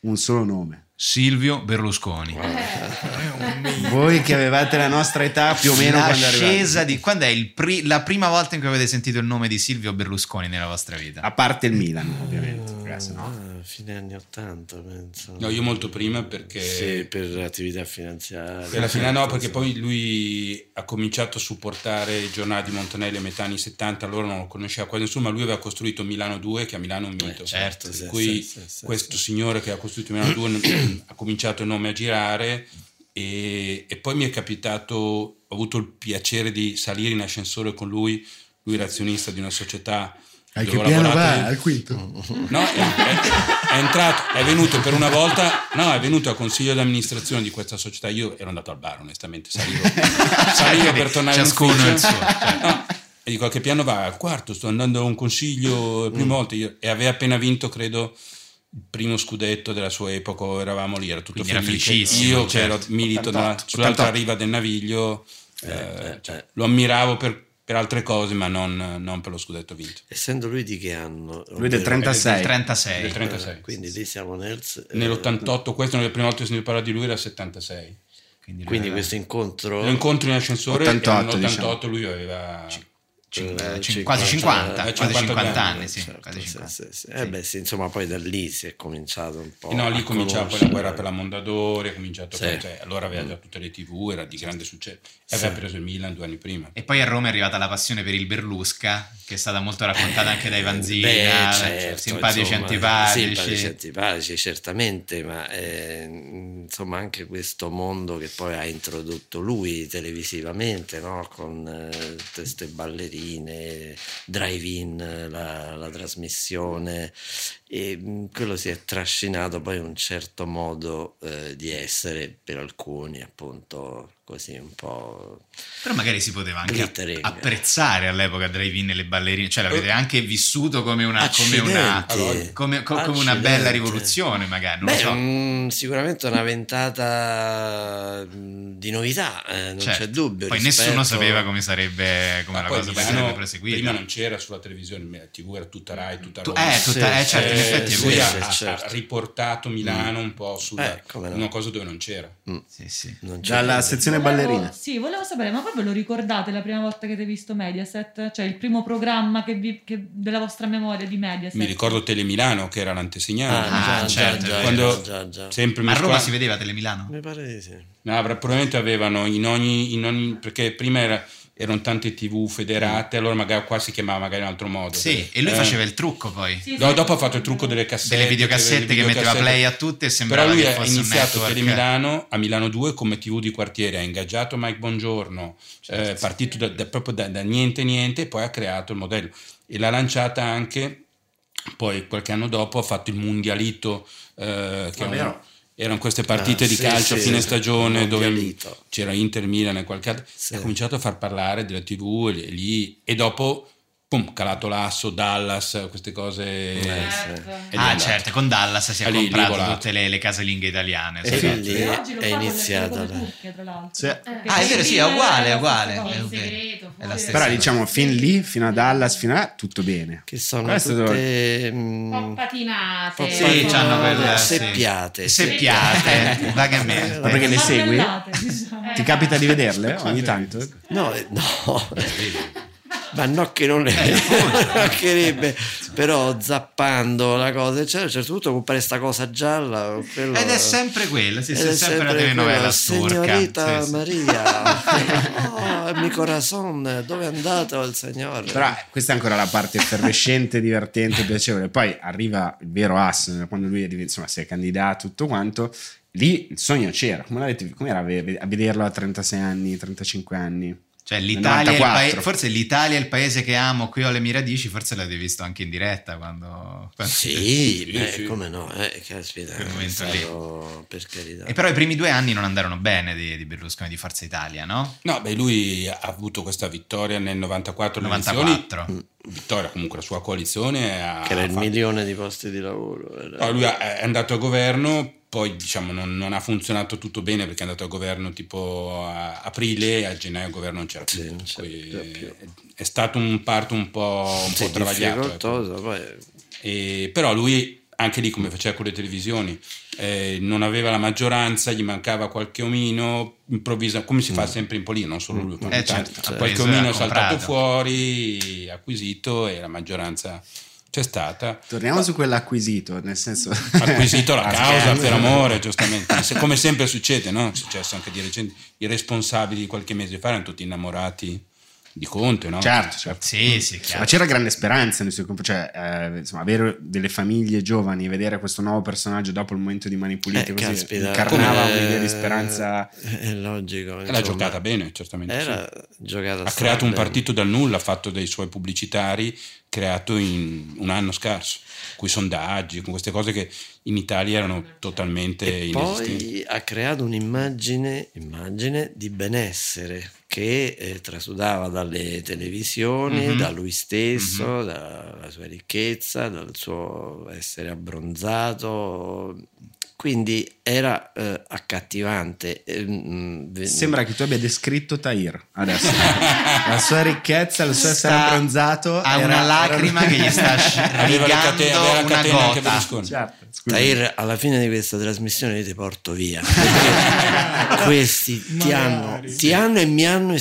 Un solo nome.
Silvio Berlusconi.
Voi che avevate la nostra età più o meno quando arrivate.
L'ascesa Eh, di quando è il pri- la prima volta in cui avete sentito il nome di Silvio Berlusconi nella vostra vita?
A parte il Milan, ovviamente. perché se no-
Ah, fine anni 80 penso
No, io molto prima perché-
Sì, per attività finanziaria
Per la fine no, perché poi lui ha cominciato a supportare il giornale di Montanelli a metà anni 70, allora non lo conosceva quasi nessuno, ma lui aveva costruito Milano 2, che a Milano è un mito.
Eh, certo,
Per
sì,
cui
sì, sì, sì,
questo
sì.
signore che ha costruito Milano 2 ha cominciato il nome a girare e, e poi mi è capitato, ho avuto il piacere di salire in ascensore con lui, lui era azionista di una società.
Al che
dove ho
piano
lavorato
va?
io.
Al quinto?
No, è, è- è entrato, è venuto per una volta, no, è venuto al consiglio d'amministrazione di questa società. Io ero andato al bar, onestamente, salivo, salivo per tornare in
Ciascuno
ufficio.
il suo, certo.
No, e dico a che piano va? Al quarto, sto andando a un consiglio,
Mm.
prima volta, io- e aveva appena vinto, credo, il primo scudetto della sua epoca, o eravamo lì, era tutto
Quindi era
felice.
felicissimo,
Io che
certo.
ero, milito nella-
88.
sull'altra riva del Naviglio, eh,
eh,
cioè,
eh.
lo ammiravo per, per altre cose, ma non, non per lo scudetto vinto.
essendo lui di che anno
Lui del
Ovvero-
Eh,
36.
36.
Del 36.
quindi lì siamo nel eh,
Nell'88, questa è la prima volta che sentito parlare di lui, era il 76.
Quindi,
quindi
lui
questo incontro
Lo incontro in ascensore
88,
e
diciamo.
nell'88 lui
aveva
aveva...
eh, cioè,
cin-
cinquanta-
quasi 50,
eh,
quasi 50 anni,
eh,
sì,
certo,
quasi
sì,
50.
sì, sì. Eh, beh, sì, insomma poi da lì si è cominciato un po'
e Eh, no, lì
a
cominciava poi la
conoscere.
guerra per la Mondadori, ha cominciato...
Sì. Mm.
poi- cioè, allora aveva già tutte le tv, era di grande successo. E aveva
Sì.
preso il Milan due anni prima.
E poi a Roma è arrivata la passione per il Berlusca, che è stata molto raccontata anche dai Vanzina,
Eh,
eh,
Beh, certo,
simpatici
insomma,
antipatici.
Simpatici certo. antipatici, certamente, ma eh, insomma anche questo mondo che poi ha introdotto lui televisivamente, no? con eh, queste ballerine, drive-in, la, la trasmissione, e mh, quello si è trascinato poi un certo modo eh, di essere per alcuni, appunto, così un po'...
Però magari si poteva anche
Glittering. Oh.
app- apprezzare all'epoca Drive-In e le ballerine, cioè l'avete anche vissuto come una, come una,
Accidenti.
come- co- come una
Accidenti.
bella rivoluzione magari, non
Beh,
lo so.
mm, sicuramente una ventata mm, di novità, eh, non
Certo.
c'è dubbio.
Poi
rispetto-
nessuno sapeva come sarebbe, come
Ma
la
poi
cosa poi
Milano
sarebbe
Prima
proseguita.
non c'era sulla televisione, la tv era tutta Rai, tutta
Tu-
Roma.
eh, tutta-
Sì,
eh, certo, in
Eh,
effetti è
lui
vero.
ha,
sì,
ha-
certo.
ha riportato Milano un po' su
Eh, come no.
una cosa dove non c'era.
Sì, sì.
Non c'è
Dalla
dubbio.
sezione
Volevo-
ballerina.
Sì, volevo sapere, ma voi ve lo ricordate la prima volta che avete visto Mediaset? Cioè il primo programma che vi- che- della vostra memoria di Mediaset?
Mi ricordo Telemilano che era l'antesignano.
Ah,
Ah,
già,
certo,
già,
è
Quando
già, già, già.
sempre
Ma a
mi
Roma
scuola-
si vedeva Telemilano?
Mi pare di sì.
No, avrà- probabilmente avevano in ogni, in ogni- perché prima era- erano tante tv federate, allora magari qua si chiamava magari in un altro modo.
Sì, e lui
Eh,
faceva il trucco poi.
Sì,
no,
sì.
dopo ha fatto il trucco delle cassette.
Delle videocassette
delle
che metteva
videocassette.
play a tutte e sembrava
Però lui
che
ha
fosse un
iniziato
network.
per Milano a Milano 2 come TV di quartiere, ha ingaggiato Mike Bongiorno,
Certo.
eh, partito da- da- proprio da, da niente niente, e poi ha creato il modello e l'ha lanciata anche. Poi qualche anno dopo ha fatto il Mundialito, eh,
Ah,
che è un-
Davvero?
erano queste partite
Ah,
di
sì,
calcio a
sì,
fine
il
stagione dove
Mundialito.
c'era Inter, Milan e qualche Ecco, altro.
Sì.
Ha cominciato a far parlare della TV e lì e dopo pum, calato l'asso, Dallas, queste cose.
Eh,
Certo.
Ed è
ah,
andato.
certo, con Dallas si è
Ah, lì- lì
comprato
volato.
tutte le, le casalinghe italiane.
E
sì.
sì. lì
E oggi lo
è
fa con le-
iniziata
con le
la-
Turche, tra l'altro. Eh,
Sì.
Perché
Ah, è vero, sì, è uguale, è
la
uguale.
stessa cosa.
È
In
ok.
segreto,
È la stessa
Però
cosa.
diciamo, fin lì, fino a Dallas, fino a tutto bene.
Che sono
Questo
tutte... mm,
patinate.
Sì,
Sì, c'hanno quel... sì.
Seppiate.
Seppiate,
Seppiate.
vagamente.
Ma
Eh,
perché le segui?
Eh,
Marmellate, diciamo.
Eh.
Ti capita di vederle ogni tanto?
eh, No, eh, no. Bannocchi non le mancherebbe, però zappando la cosa, eccetera, a un certo punto compare sta cosa gialla. quello-
Ed è sempre quella, sì,
ed
sì,
è
è sempre la
sempre
telenovela
quella,
turca.
Signorita
Sì, sì.
Maria, oh, mi corazon, dove è andato il signore?
Però eh, questa è ancora la parte effervescente, divertente, piacevole. Poi arriva il vero ass, quando lui è div- insomma, si è candidato, tutto quanto. Lì il sogno c'era. Come l'avete- com'era ve- ve- a vederlo a 36 anni, 35 anni?
Cioè
Nel
l'Italia, è il
94.
paese- forse l'Italia è il paese che amo, qui ho le mie radici, forse l'avete visto anche in diretta quando... quando-
Sì, beh,
sì.
come no, eh, caspita,
Quel
è
momento lì.
stato, per carità.
E però i primi due anni non andarono bene di, di Berlusconi di Forza Italia, no?
No, beh, lui ha avuto questa vittoria nel 94, alle elezioni.
94.
vittoria comunque la sua coalizione ha
che era il
fatto-
milione di posti di lavoro. era-
Ah,
No, lui ha- è andato al governo poi diciamo non, non ha funzionato tutto bene perché è andato al governo tipo a aprile e a gennaio il governo non c'era più,
Sì, non c'era
Poi,
più.
eh, è, stato un parto un po', un
Sì,
po travagliato ecco.
difficoltoso, poi
E- però lui anche lì come faceva con le televisioni eh, non aveva la maggioranza gli mancava qualche omino improvvisa come si fa sempre in politica non solo lui ma
Mm. Eh,
tanti.
certo, ha
qualche
preso,
omino
ha
è saltato
comprato.
fuori acquisito e la maggioranza c'è stata
Torniamo su quell'acquisito, nel senso...
acquisito la
Ah,
causa
scherzo.
per amore, giustamente. Se- Come sempre succede, no? È successo anche di recente. I responsabili di qualche mese fa erano tutti innamorati di Conte, no?
Certo, certo.
Sì, sì,
Ma
chiaro.
c'era grande speranza nei suoi confronti, cioè, eh, insomma, avere delle famiglie giovani, vedere questo nuovo personaggio dopo il momento di Mani Pulite,
Eh,
così
caspita.
incarnava
Come- eh,
un'idea di speranza.
è logico.
E
insomma.
L'ha giocata bene, certamente. sì.
Era giocata
Ha creato un
strabene.
partito dal nulla, ha fatto dei suoi pubblicitari, creato in un anno scarso, con i sondaggi, con queste cose che in Italia erano totalmente
E
inesistenti.
poi ha creato un'immagine immagine di benessere che eh, trasudava dalle televisioni,
Mhm.
da lui stesso,
Mhm.
dalla sua ricchezza, dal suo essere abbronzato. Quindi era eh, accattivante. Eh, mm, ve-
Sembra che tu abbia descritto Tahir adesso. la sua ricchezza, il suo essere
Sta-
abbronzato.
Ha una lacrima che gli sta
Aveva la
rigando
catena, aveva la
una
catena
gota.
anche Berlusconi.
Certo, scusa.
Tahir, alla fine di questa trasmissione io ti porto via. Perché Questi ti hanno,
Magari.
ti hanno e mi hanno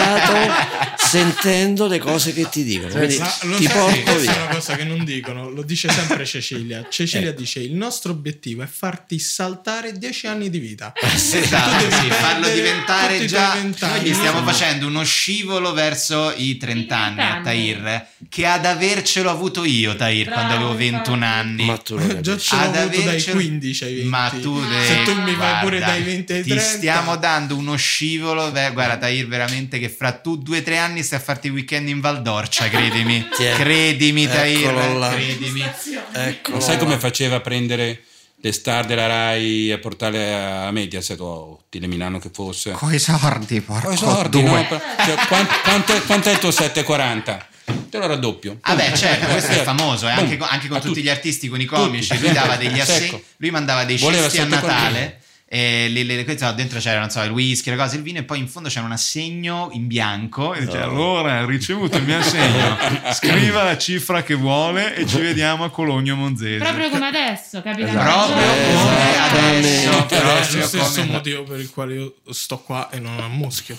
esasperato sentendo le cose che ti dicono. Quindi
Ma Cioè, lo
ti
sai, questa
porto
è
via.
una cosa che non dicono, lo dice sempre Cecilia. Cecilia
Ecco.
dice: Il nostro obiettivo è farti saltare 10 anni di vita.
Ah,
Esatto,
Tu devi
sì, farlo
perdere
diventare
tutti i
già.
tuoi vent'anni.
Noi gli stiamo facendo uno scivolo verso i 30 anni a Tahir, che ad avercelo avuto io, Tahir,
Bravo,
quando avevo 21
infatti.
anni.
Ma tu lo
Già
capisci.
ce l'ho
Ad
avuto dai
avercelo-
15 ai 20.
Ma tu
Ah.
Se
devi-
tu mi fai pure
guarda,
dai 20 ai 30.
Ti stiamo dando uno scivolo, beh, guarda Tahir veramente che fra tu due o tre anni stai a farti il weekend in Valdorcia, credimi.
Tiè.
Credimi
Eccolo
Tahir,
là.
credimi.
Ecco.
Non sai come faceva a prendere le star della Rai e portarle a Mediaset o Telemilano che fosse?
Coi sordi, porco
Poi sordi,
due.
no? Cioè, quant- quanto, è, quanto è il tuo 740? Te lo raddoppio.
Ah beh, certo, questo è
Certo.
famoso, eh,
Boom.
anche con, anche con
A
tutti, gli artisti, con i
Tutti,
comici, lui
sempre.
dava degli assegni,
Ecco.
lui mandava dei
Voleva
cesti a
sette
Natale. E le, le- le- queste- no, dentro c'era non so, il whisky, le cose, il vino, e poi in fondo c'era un assegno in bianco. E dice: Allora, ha ricevuto il mio assegno. Scriva la cifra che vuole e ci vediamo a Cologno Monzese.
Proprio come adesso, capito?
Esatto.
Proprio
Eh,
come adesso,
Però è lo
proprio
stesso
come-
motivo per il quale io sto qua e non ammuschio.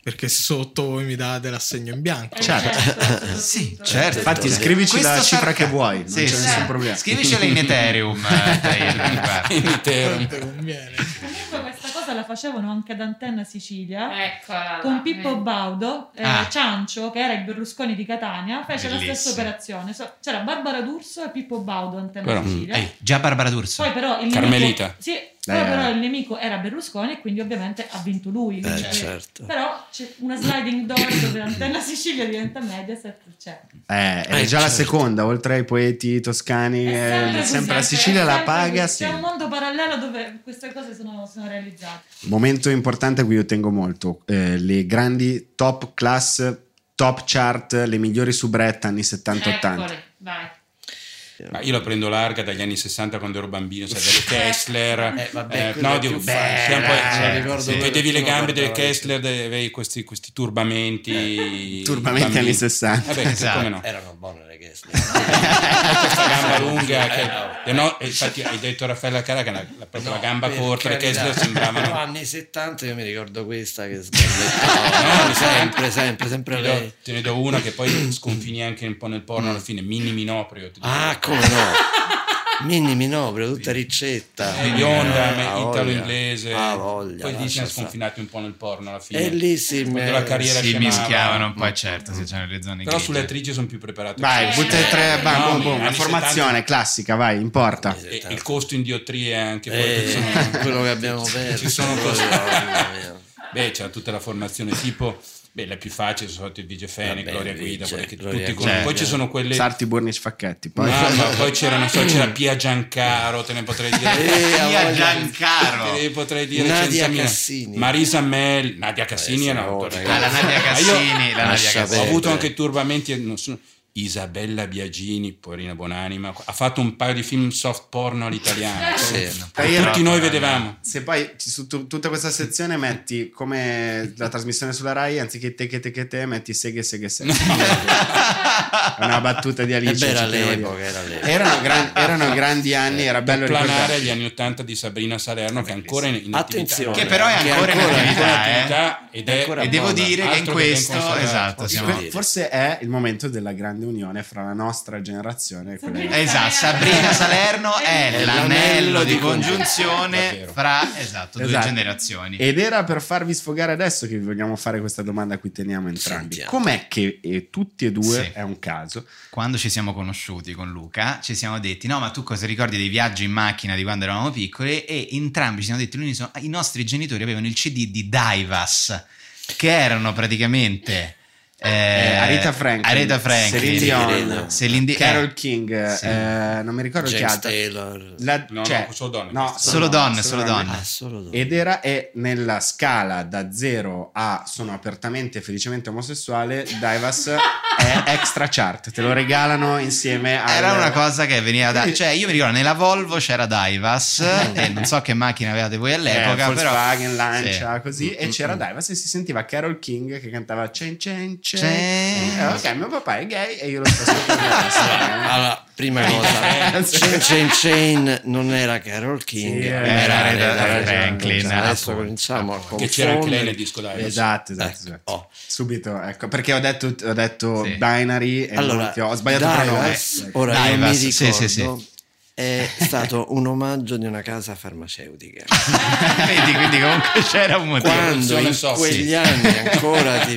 Perché sotto voi mi date l'assegno in bianco.
Cioè.
Certo.
Sì, certo.
Infatti, scrivici
Questo
la cifra
sarca-
che vuoi, non
Sì,
c'è
sì.
nessun problema.
Scrivicela in Ethereum. eh, dai, guarda.
In Ethereum.
Tanto Cioè, conviene.
Comunque questa cosa la facevano anche ad Antenna Sicilia.
Eh, Eccola.
con Pippo Baudo, eh,
Ah.
Ciancio, che era il Berlusconi di Catania, fece la
Bellissimo.
stessa operazione. So- c'era Barbara D'Urso e Pippo Baudo, Antenna
Però,
Sicilia.
Ehi, Eh, già Barbara D'Urso.
Poi però il
Carmelita.
Nemico, sì, poi
Eh.
però il nemico era Berlusconi e quindi ovviamente ha vinto lui.
Eh,
Cioè,
certo.
Però c'è una sliding door dove Antenna Sicilia diventa Mediaset, c'è.
Eh, è
Eh,
già la
certo.
seconda, oltre ai poeti toscani, eh, sempre, la Sicilia la paga. Sì.
C'è un mondo parallelo dove queste cose sono, sono realizzate.
Momento importante a cui io tengo molto, eh, le grandi top class, top chart, le migliori subrette anni 70-80.
Eccole, vai.
Ma io la prendo larga dagli anni 60 quando ero bambino, sai, delle Kessler,
Eh, vabbè,
eh,
quella
no,
è
di
più
sì, un
cioè,
bella,
po',
eh,
sì,
ricordo
sì.
quello
vedevi cioè, le
che
gambe delle
guardavo.
Kessler, de-
eh.
avevi questi, questi turbamenti.
Turbamenti
bambini.
anni 60.
Vabbè, che-
Esatto.
come no?
Erano buone le Kessler.
Eh, questa gamba lunga
Eh,
che-
no.
eh, no, e infatti hai detto Raffaella Cara che la, la, proprio la gamba
per
corta le
carità.
Kessler sembravano
Però anni 70 io mi ricordo questa che sgallettava sempre, sempre, sempre
Ti do-
lei.
te ne do una che poi sconfini anche un po' nel porno alla fine mini minoprio ti dico.
Ah, come no? Mini Minoprio, tutta riccetta.
Eh, bionda
Ah,
me-
voglia.
italo-inglese
Ah, voglia,
poi lì
lascia
siamo
stare.
sconfinati un po' nel porno alla fine
E lì si
Quando la carriera
si
scemava.
mischiavano un po', certo, se c'erano le zone
però
grigie.
sulle attrici sono più preparate
Vai,
Eh,
butta il tre,
no,
vai, boom, boom,
anni
una
70.
formazione classica, vai, in porta.
E il costo in diottrie è anche quello,
Eh,
ci sono-
quello che abbiamo perso.
Ci sono
Quello,
cose.
mamma mia.
Beh, c'era tutta la formazione tipo. Beh, la più facile sono state il Vice Fene,
Vabbè,
Gloria
Vice,
Guida, quelle che
Gloria
tutti
Guida.
con- Poi ci sono quelle.
Sarti, Burni, Sfacchetti. Poi.
Mamma, poi c'era, non so, c'era Pia Giancaro, te ne potrei dire.
Eh, a
Via
voglia.
Te
Giancaro.
ne potrei dire
Nadia
100.000.
Cassini.
Marisa Mel, Nadia Cassini
Eh,
era
sì,
un
oh,
autore.
Ah, la Nadia
Ma
Cassini,
io
la Nadia
Lascia
Cassini.
Ho avuto
Eh,
anche turbamenti. e non sono- Isabella Biagini, poverina Bonanima, ha fatto un paio di film soft porno all'italiano.
Sì.
Io-
Tutti noi vedevamo.
Se poi ci- su tu- tutta questa sezione metti come la trasmissione sulla Rai, anziché te che te che te, metti seghe seghe seghe. È una battuta di
Eh
Alice.
beh, era
ci tenevo a
l'epoca,
dire.
era l'epoca.
Erano, gran- erano grandi anni, era bello
planare
ricordare.
gli anni 80 di Sabrina Salerno che è ancora in, in
Attenzione.
attività
Che però è ancora in
È ancora in
attività, eh.
attività ed è
Ancora
E devo
buona.
dire che in
Altro che ben
questo,
conservato.
esatto, siamo...
Sì.
Forse è il momento della grande unione fra la nostra generazione e quella
Esatto, Sabrina Salerno è
È
l'anello
l'anello
di
di
congiunzione
Davvero.
fra esatto, due
Esatto.
generazioni.
Ed era per farvi sfogare adesso che vi vogliamo fare questa domanda a cui teniamo entrambi.
Sentiamo.
Com'è che eh, tutti e due
Sì.
è un caso?
Quando ci siamo conosciuti con Luca, ci siamo detti: No, ma tu cosa ricordi dei viaggi in macchina di quando eravamo piccoli? E entrambi ci siamo detti: l'unisono, I nostri genitori avevano il CD di Divas, che erano praticamente. eh,
Aretha Franklin,
Aretha Franklin,
Celine Dion,
Celine Di-
Carol
eh,
King,
sì.
eh, non mi ricordo chi
James
altro.
Taylor.
La-
No,
cioè,
no, solo donne,
no,
questo.
Solo donne, solo donne.
Ah, solo donne.
Ed era e nella scala da 0 a sono apertamente e felicemente omosessuale, Divas è extra chart, te lo regalano insieme a
Era una cosa che veniva da.
Quindi-
Cioè, io mi ricordo nella Volvo c'era Divas, e non so che macchina avevate voi all'epoca,
eh,
però.
Volkswagen,
Sì. Mm,
Lancia, così, e c'era Divas e si sentiva Carol King che cantava Chen Chen Chen.
Chen.
Eh, ok, mio papà è gay e io lo sto Esatto, sentendo.
Allora, prima cosa, Chain Chain Chain non era Carol King,
Sì,
era,
era
Aretha
Aretha
Franklin,
Adesso
appunto,
cominciamo a
che c'era anche lei
confondere.
nel disco live
Esatto, esatto,
Ecco,
esatto.
oh.
subito. Ecco, perché ho detto, ho detto
Sì.
binary e non
Allora,
ti ho, ho sbagliato
Divas,
pronome.
Ora io
Divas,
mi
sì,
ricordo,
sì, sì.
è stato un omaggio di una casa farmaceutica.
Vedi, quindi comunque c'era un motivo.
Quando
produzione
in
soft.
quegli
Sì.
anni ancora ti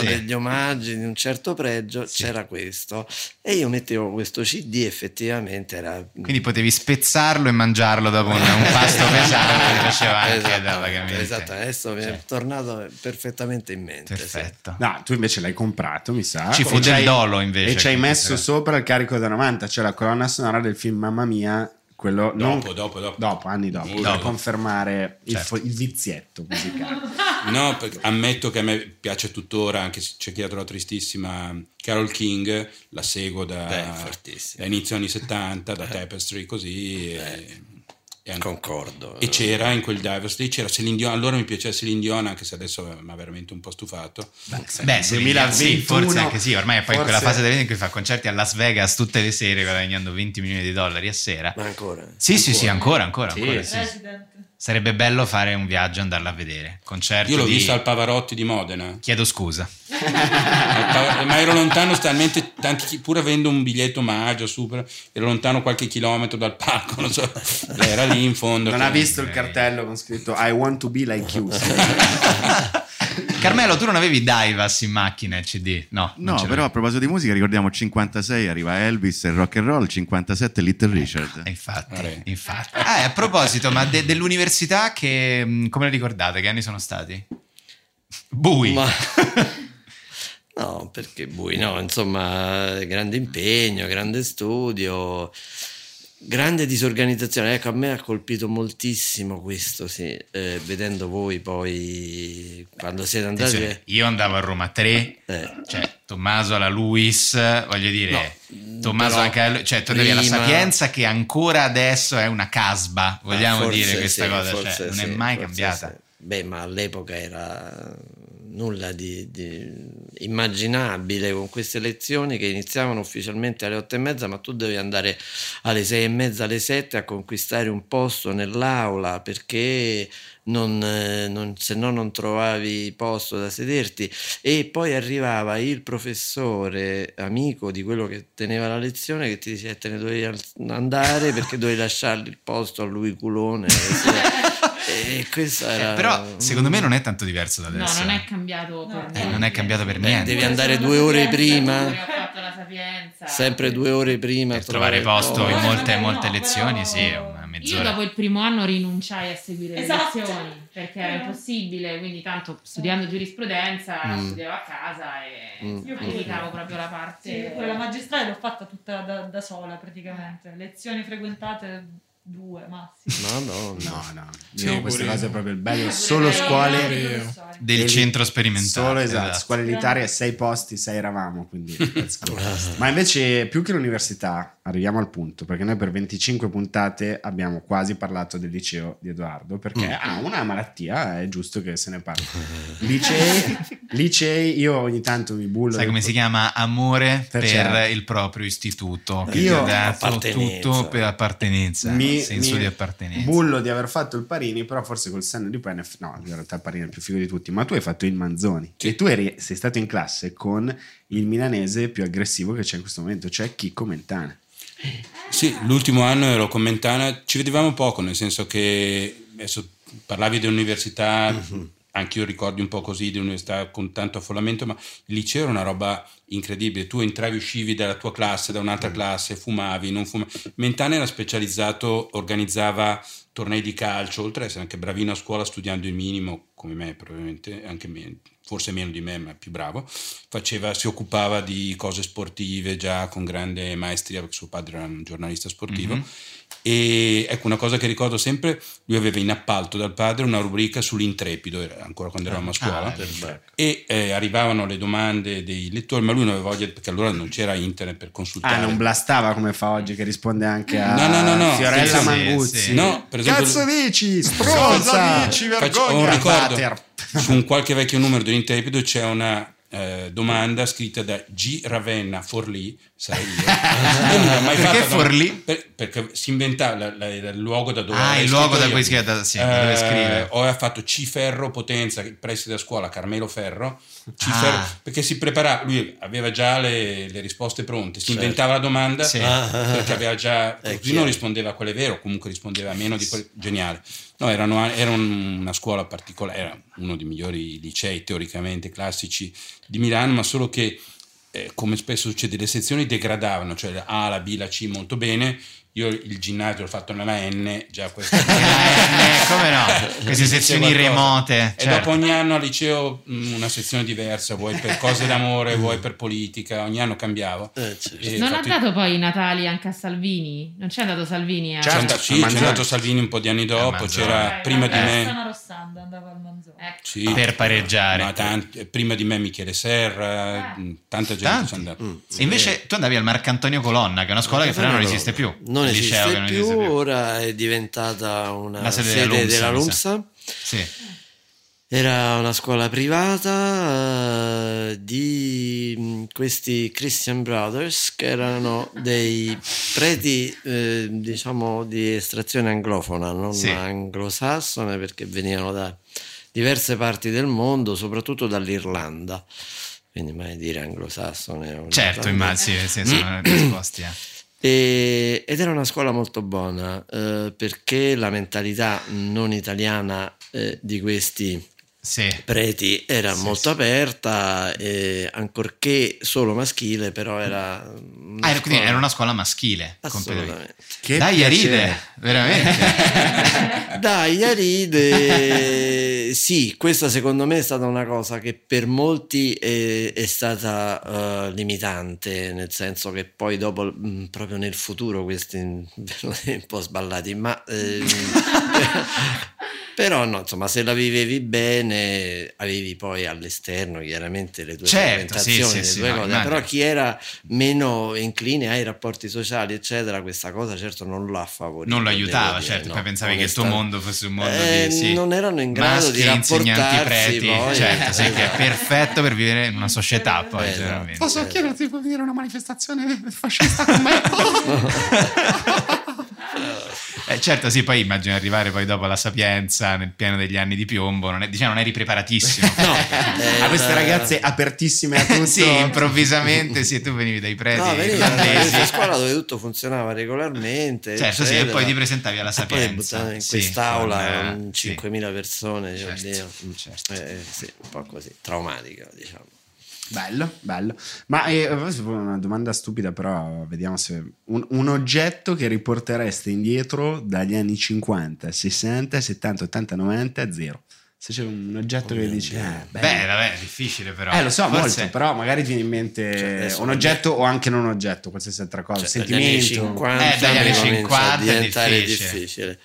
Sì.
degli omaggi di un certo pregio, c'era questo e io mettevo questo CD effettivamente era
Quindi potevi spezzarlo e mangiarlo dopo un, un pasto pesante che faceva anche da
Esattamente,
vagamente.
Eh, esatto, adesso mi è tornato perfettamente in mente. sì.
Perfetto.
No, tu invece l'hai comprato, mi sa.
Ci
E
fu
ci
del
hai-
dolo invece.
e ci hai
quindi, eh.
messo
però.
sopra il carico da 90, cioè la colonna sonora del film Mamma Mia, quello non-
dopo, dopo, dopo.
dopo, anni dopo,
Molto
per
dopo.
confermare il,
Certo.
fo- il vizietto musicale.
No, perché ammetto che a me piace tuttora, anche se c'è chi la trova tristissima, Carol King, la seguo da,
Beh, fortissimo.
da inizio anni 70, da Tapestry, così. e- e anche-
Concordo.
E c'era in quel Divers lì, c'era Celine Dion, allora mi piaceva Celine Dion, anche se adesso mi ha veramente un po' stufato.
Beh, se mi-
2021,
sì, forse anche sì, ormai è poi in quella
forse-
fase della vita in cui fa concerti a Las Vegas tutte le sere guadagnando 20 milioni di dollari a sera.
Ma ancora.
Sì, sì, sì, ancora,
Eh,
ancora,
Sì.
ancora, sì.
Resident.
Sarebbe bello fare un viaggio e andarla a vedere. Concerto
Io l'ho
di-
vista al Pavarotti di Modena.
Chiedo scusa. Eh,
Al Pava- eh, ma ero lontano talmente tanti chi- pur avendo un biglietto omaggio super ero lontano qualche chilometro dal palco non so Lei era lì in fondo
Non ha
Quindi-
visto il cartello con scritto I want to be like you.
Carmelo, tu non avevi Divas in macchina il CD? No, non
No,
ce
però a
l'avevi.
proposito di musica, ricordiamo 56 arriva Elvis e il rock and roll, 57 Little Richard.
Eh, Infatti,
Vabbè.
infatti. Ah, e a proposito, ma de- dell'università, che, mh, come la ricordate? Che anni sono stati? Bui.
Ma- no, perché bui, no, insomma, grande impegno, grande studio. Grande disorganizzazione, ecco a me ha colpito moltissimo questo, sì, eh, vedendo voi poi quando siete andati... eh,
Attenzione, Cioè, Io andavo a Roma 3, cioè Tommaso alla Luis, voglio dire, Tommaso
però
anche alla, cioè, tornavi alla
prima- Ah,
Sapienza che ancora adesso è una casba, vogliamo
forse
dire questa
sì,
cosa, cioè,
forse
non è
sì,
mai
forse
cambiata.
sì. Beh, ma all'epoca era nulla di, di immaginabile con queste lezioni che iniziavano ufficialmente alle otto e mezza, ma tu devi andare alle sei e mezza, alle sette a conquistare un posto nell'aula perché non, eh, non- se no non trovavi posto da sederti e poi arrivava il professore amico di quello che teneva la lezione che ti diceva "Eh, te ne dovevi al- andare perché dovevi lasciargli il posto a lui culone eh, e, e questo era
Eh, però secondo me non è tanto diverso da
No,
adesso.
non è cambiato. per
Eh,
niente.
non è cambiato per
Beh,
niente.
devi andare due ore
Tu
prima
che hai fatto la sapienza.
sempre due ore prima per
Trovare posto
Oh.
in molte, molte
no,
lezioni,
però-
sì, è una
Io
mezz'ora.
dopo il primo anno rinunciai a seguire
Esatto.
le lezioni perché era
Eh.
impossibile, quindi tanto studiando giurisprudenza
Mm.
studiavo a casa e
Mm.
io
Mm.
evitavo proprio la parte...
Sì, quella magistrale l'ho fatta tutta da, da sola praticamente. Lezioni frequentate due massimo.
no no
No, no,
Sì,
io queste
pure
cose
io.
è proprio il bello.
Eh,
Solo
pure
scuole
lei,
Vero.
professori.
Del
Eli-
centro sperimentale.
Solo esatto,
esatto.
scuola elitaria, sei posti, sei eravamo. Quindi, let's go. Ma invece, più che l'università, arriviamo al punto, perché noi per 25 puntate abbiamo quasi parlato del liceo di Edoardo, perché ha una malattia, è giusto che se ne parli. Licei, licei, io ogni tanto mi bullo.
Sai come si chiama? Amore per,
Terziario.
il proprio istituto.
certo.
Che
Io-
ti ha dato
Appartenenza.
tutto per appartenenza,
Mi-
senso
mi
di appartenenza.
Bullo di aver fatto il Parini, però forse col senno di poi, ne- no, in realtà il Parini è il più figo di tutti, ma tu hai fatto il Manzoni e tu eri- sei stato in classe con il milanese più aggressivo che c'è in questo momento, cioè Chicco Mentana.
Sì, l'ultimo anno ero con Mentana, ci vedevamo poco, nel senso che adesso parlavi di università,
Mhm.
anch'io ricordi un po' così di università con tanto affollamento, ma il liceo era una roba incredibile. Tu entravi, uscivi dalla tua classe, da un'altra classe, fumavi, non fumavi. Mentana era specializzato, organizzava tornei di calcio, oltre ad essere anche bravino a scuola studiando il minimo, come me probabilmente, anche me- forse meno di me, ma più bravo, faceva, si occupava di cose sportive già con grande maestria, perché suo padre era un giornalista sportivo.
Mhm.
E ecco una cosa che ricordo sempre: lui aveva in appalto dal padre una rubrica sull'intrepido, era ancora quando eravamo a scuola.
Ah, perfetto.
e eh, arrivavano le domande dei lettori, ma lui non aveva voglia perché allora non c'era internet per consultare.
Ah, non blastava come fa oggi, che risponde anche a
No, no, no, no.
Fiorella
Sì, sì,
Manguzzi.
sì.
No, per esempio-
Cazzo dici? Stronza!
dici?
Faccio-
vergogna,
ho un ricordo
Vater.
su un qualche vecchio numero dell'Intrepido c'è una eh, domanda scritta da G. Ravenna Forlì, sarei io. Io non l'ho mai
Perché
fatta,
Forlì?
ma- per- perché si inventava la- la- il luogo da dove
Ah,
avrei
il luogo
scritto
da
io. Eh,
cui si- da- sì, da dove scrive.
o ha fatto C. Ferro Potenza, che preside da scuola, Carmelo Ferro, C.
Ah.
Ferro, perché si preparava, lui aveva già le, le risposte pronte, si
Certo.
inventava la domanda
Sì.
perché aveva già,
È
così non
chiaro.
rispondeva a quelle vere o comunque rispondeva a meno di quelle, geniale. No, erano a- era un- una scuola particolare, era uno dei migliori licei teoricamente classici di Milano, ma solo che, eh, come spesso succede, le sezioni degradavano, cioè la A, la B, la C molto bene. Io il ginnasio l'ho fatto nella N, già questa.
Eh, come no? Queste
Mi dice
sezioni
qualcosa.
remote,
E
certo.
dopo ogni anno al liceo mh, una sezione diversa, vuoi per cose d'amore, vuoi per politica, ogni anno cambiavo.
Eh, certo.
E
non ha
infatti-
dato poi i Natali anche a Salvini? Non c'è andato Salvini a... Cioè,
C'è
Certo.
andato, sì,
Manzoni.
c'è andato Salvini un po' di anni dopo,
Manzoni.
c'era
Eh,
Dai,
prima di
guarda,
me...
Cioè, Rossana Rossanda andava al Manzoni.
Ecco.
sì,
Per pareggiare.
ma tanti- prima di me Michele Serra,
Eh.
mh, tanta gente
Tanti.
c'è andata.
Mm.
E invece tu andavi al Marcantonio Colonna, che è una scuola che però non esiste più.
non
Il
esiste,
liceo che non
più,
esiste più.
ora è diventata una
La sede
sede,
della
della
LUMSA,
LUMSA
Sì.
Era una scuola privata eh, di mm, questi Christian Brothers che erano dei preti, eh, diciamo, di estrazione anglofona, non
Sì.
anglosassone, perché venivano da diverse parti del mondo, soprattutto dall'Irlanda. Quindi mai dire anglosassone. o
Certo,
irlandese.
immagino, sì, sì, sono risposti. eh.
E- ed era una scuola molto buona eh, perché la mentalità non italiana eh, di questi
Sì.
Preti era molto aperta, e ancorché solo maschile, però era...
Ah, era, quindi era una scuola maschile.
Assolutamente.
completamente.
Che
Dai, a
piacere.
ride, veramente.
Dai, a ride. Sì, questa secondo me è stata una cosa che per molti è, è stata eh, limitante, nel senso che poi dopo, mh, proprio nel futuro, questi vengono un po' sballati, ma... ehm, Però no, insomma, se la vivevi bene, avevi poi all'esterno chiaramente le tue
Certo, sì,
frequentazioni,
sì,
le
sì,
tue
no,
cose.
immagino.
Però chi era meno incline ai rapporti sociali, eccetera, questa cosa certo non l'ha favorita.
non lo aiutava,
devo dire,
certo.
no,
poi pensavi che il tuo
onestamente.
mondo fosse un mondo
Eh,
di sì,
non erano in grado
maschi,
di
insegnanti
rapportarsi,
preti,
poi,
certo, sì, che è
esatto.
perfetto per vivere in una società poi,
Eh, esatto.
generalmente.
Posso chiederti di venire a una manifestazione fascista con me?
Eh, certo, sì, poi immagino arrivare poi dopo alla Sapienza nel pieno degli anni di piombo, non, è- diciamo, non eri preparatissimo.
Eh,
a queste ragazze apertissime a tutto.
sì, improvvisamente sì, tu venivi dai preti
No, veniva da
eh, irlandesi.
questa scuola dove tutto funzionava regolarmente.
Certo, sì, e
eccetera.
poi ti presentavi alla
E poi
Sapienza,
buttavano in
sì,
quest'aula
con, eh,
con
sì.
5.000 persone. cioè,
Certo,
oddio. Eh, sì, un po' così, traumatica, diciamo.
Bello, bello. Ma eh, adesso fa una domanda stupida, però vediamo se... Un, un oggetto che riportereste indietro dagli anni 50, 60, 70, 80, 90 a zero. Se c'è un oggetto che dici... eh, bello.
Beh, vabbè, è difficile però.
Eh, lo so,
Forse-
molto, però magari ti viene in mente
Cioè,
adesso
un
non-
oggetto o anche non un oggetto, qualsiasi altra cosa.
Cioè, dagli anni
sentimento.
50
Eh, dagli anni
comincia a
50 è
diventare
difficile.
difficile.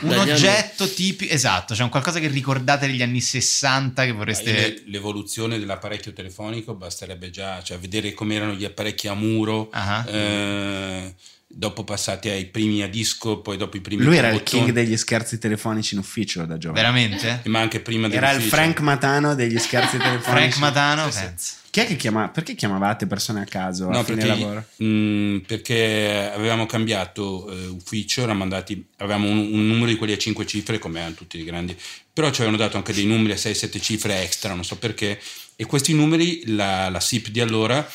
Un
Dagli anni-
oggetto tipico, esatto, c'è un qualcosa che ricordate degli anni 60 che vorreste...
Le- L'evoluzione dell'apparecchio telefonico basterebbe già cioè, vedere come erano gli apparecchi a muro,
Ah.
eh, dopo passati ai primi a disco, poi dopo i primi
Lui
con
era il
bottoni.
king degli scherzi telefonici in ufficio da giovane.
Veramente?
ma anche prima
Era il
dell'ufficio.
Frank Matano degli scherzi telefonici.
Frank Matano, pensa.
Chi è che chiama, perché chiamavate persone a caso a
No,
fine
perché,
lavoro?
mh, perché avevamo cambiato eh, ufficio, eravamo andati- avevamo un, un numero di quelli a 5 cifre, come erano tutti i grandi, però ci avevano dato anche dei numeri a 6-7 cifre extra, non so perché, e questi numeri la, la SIP di allora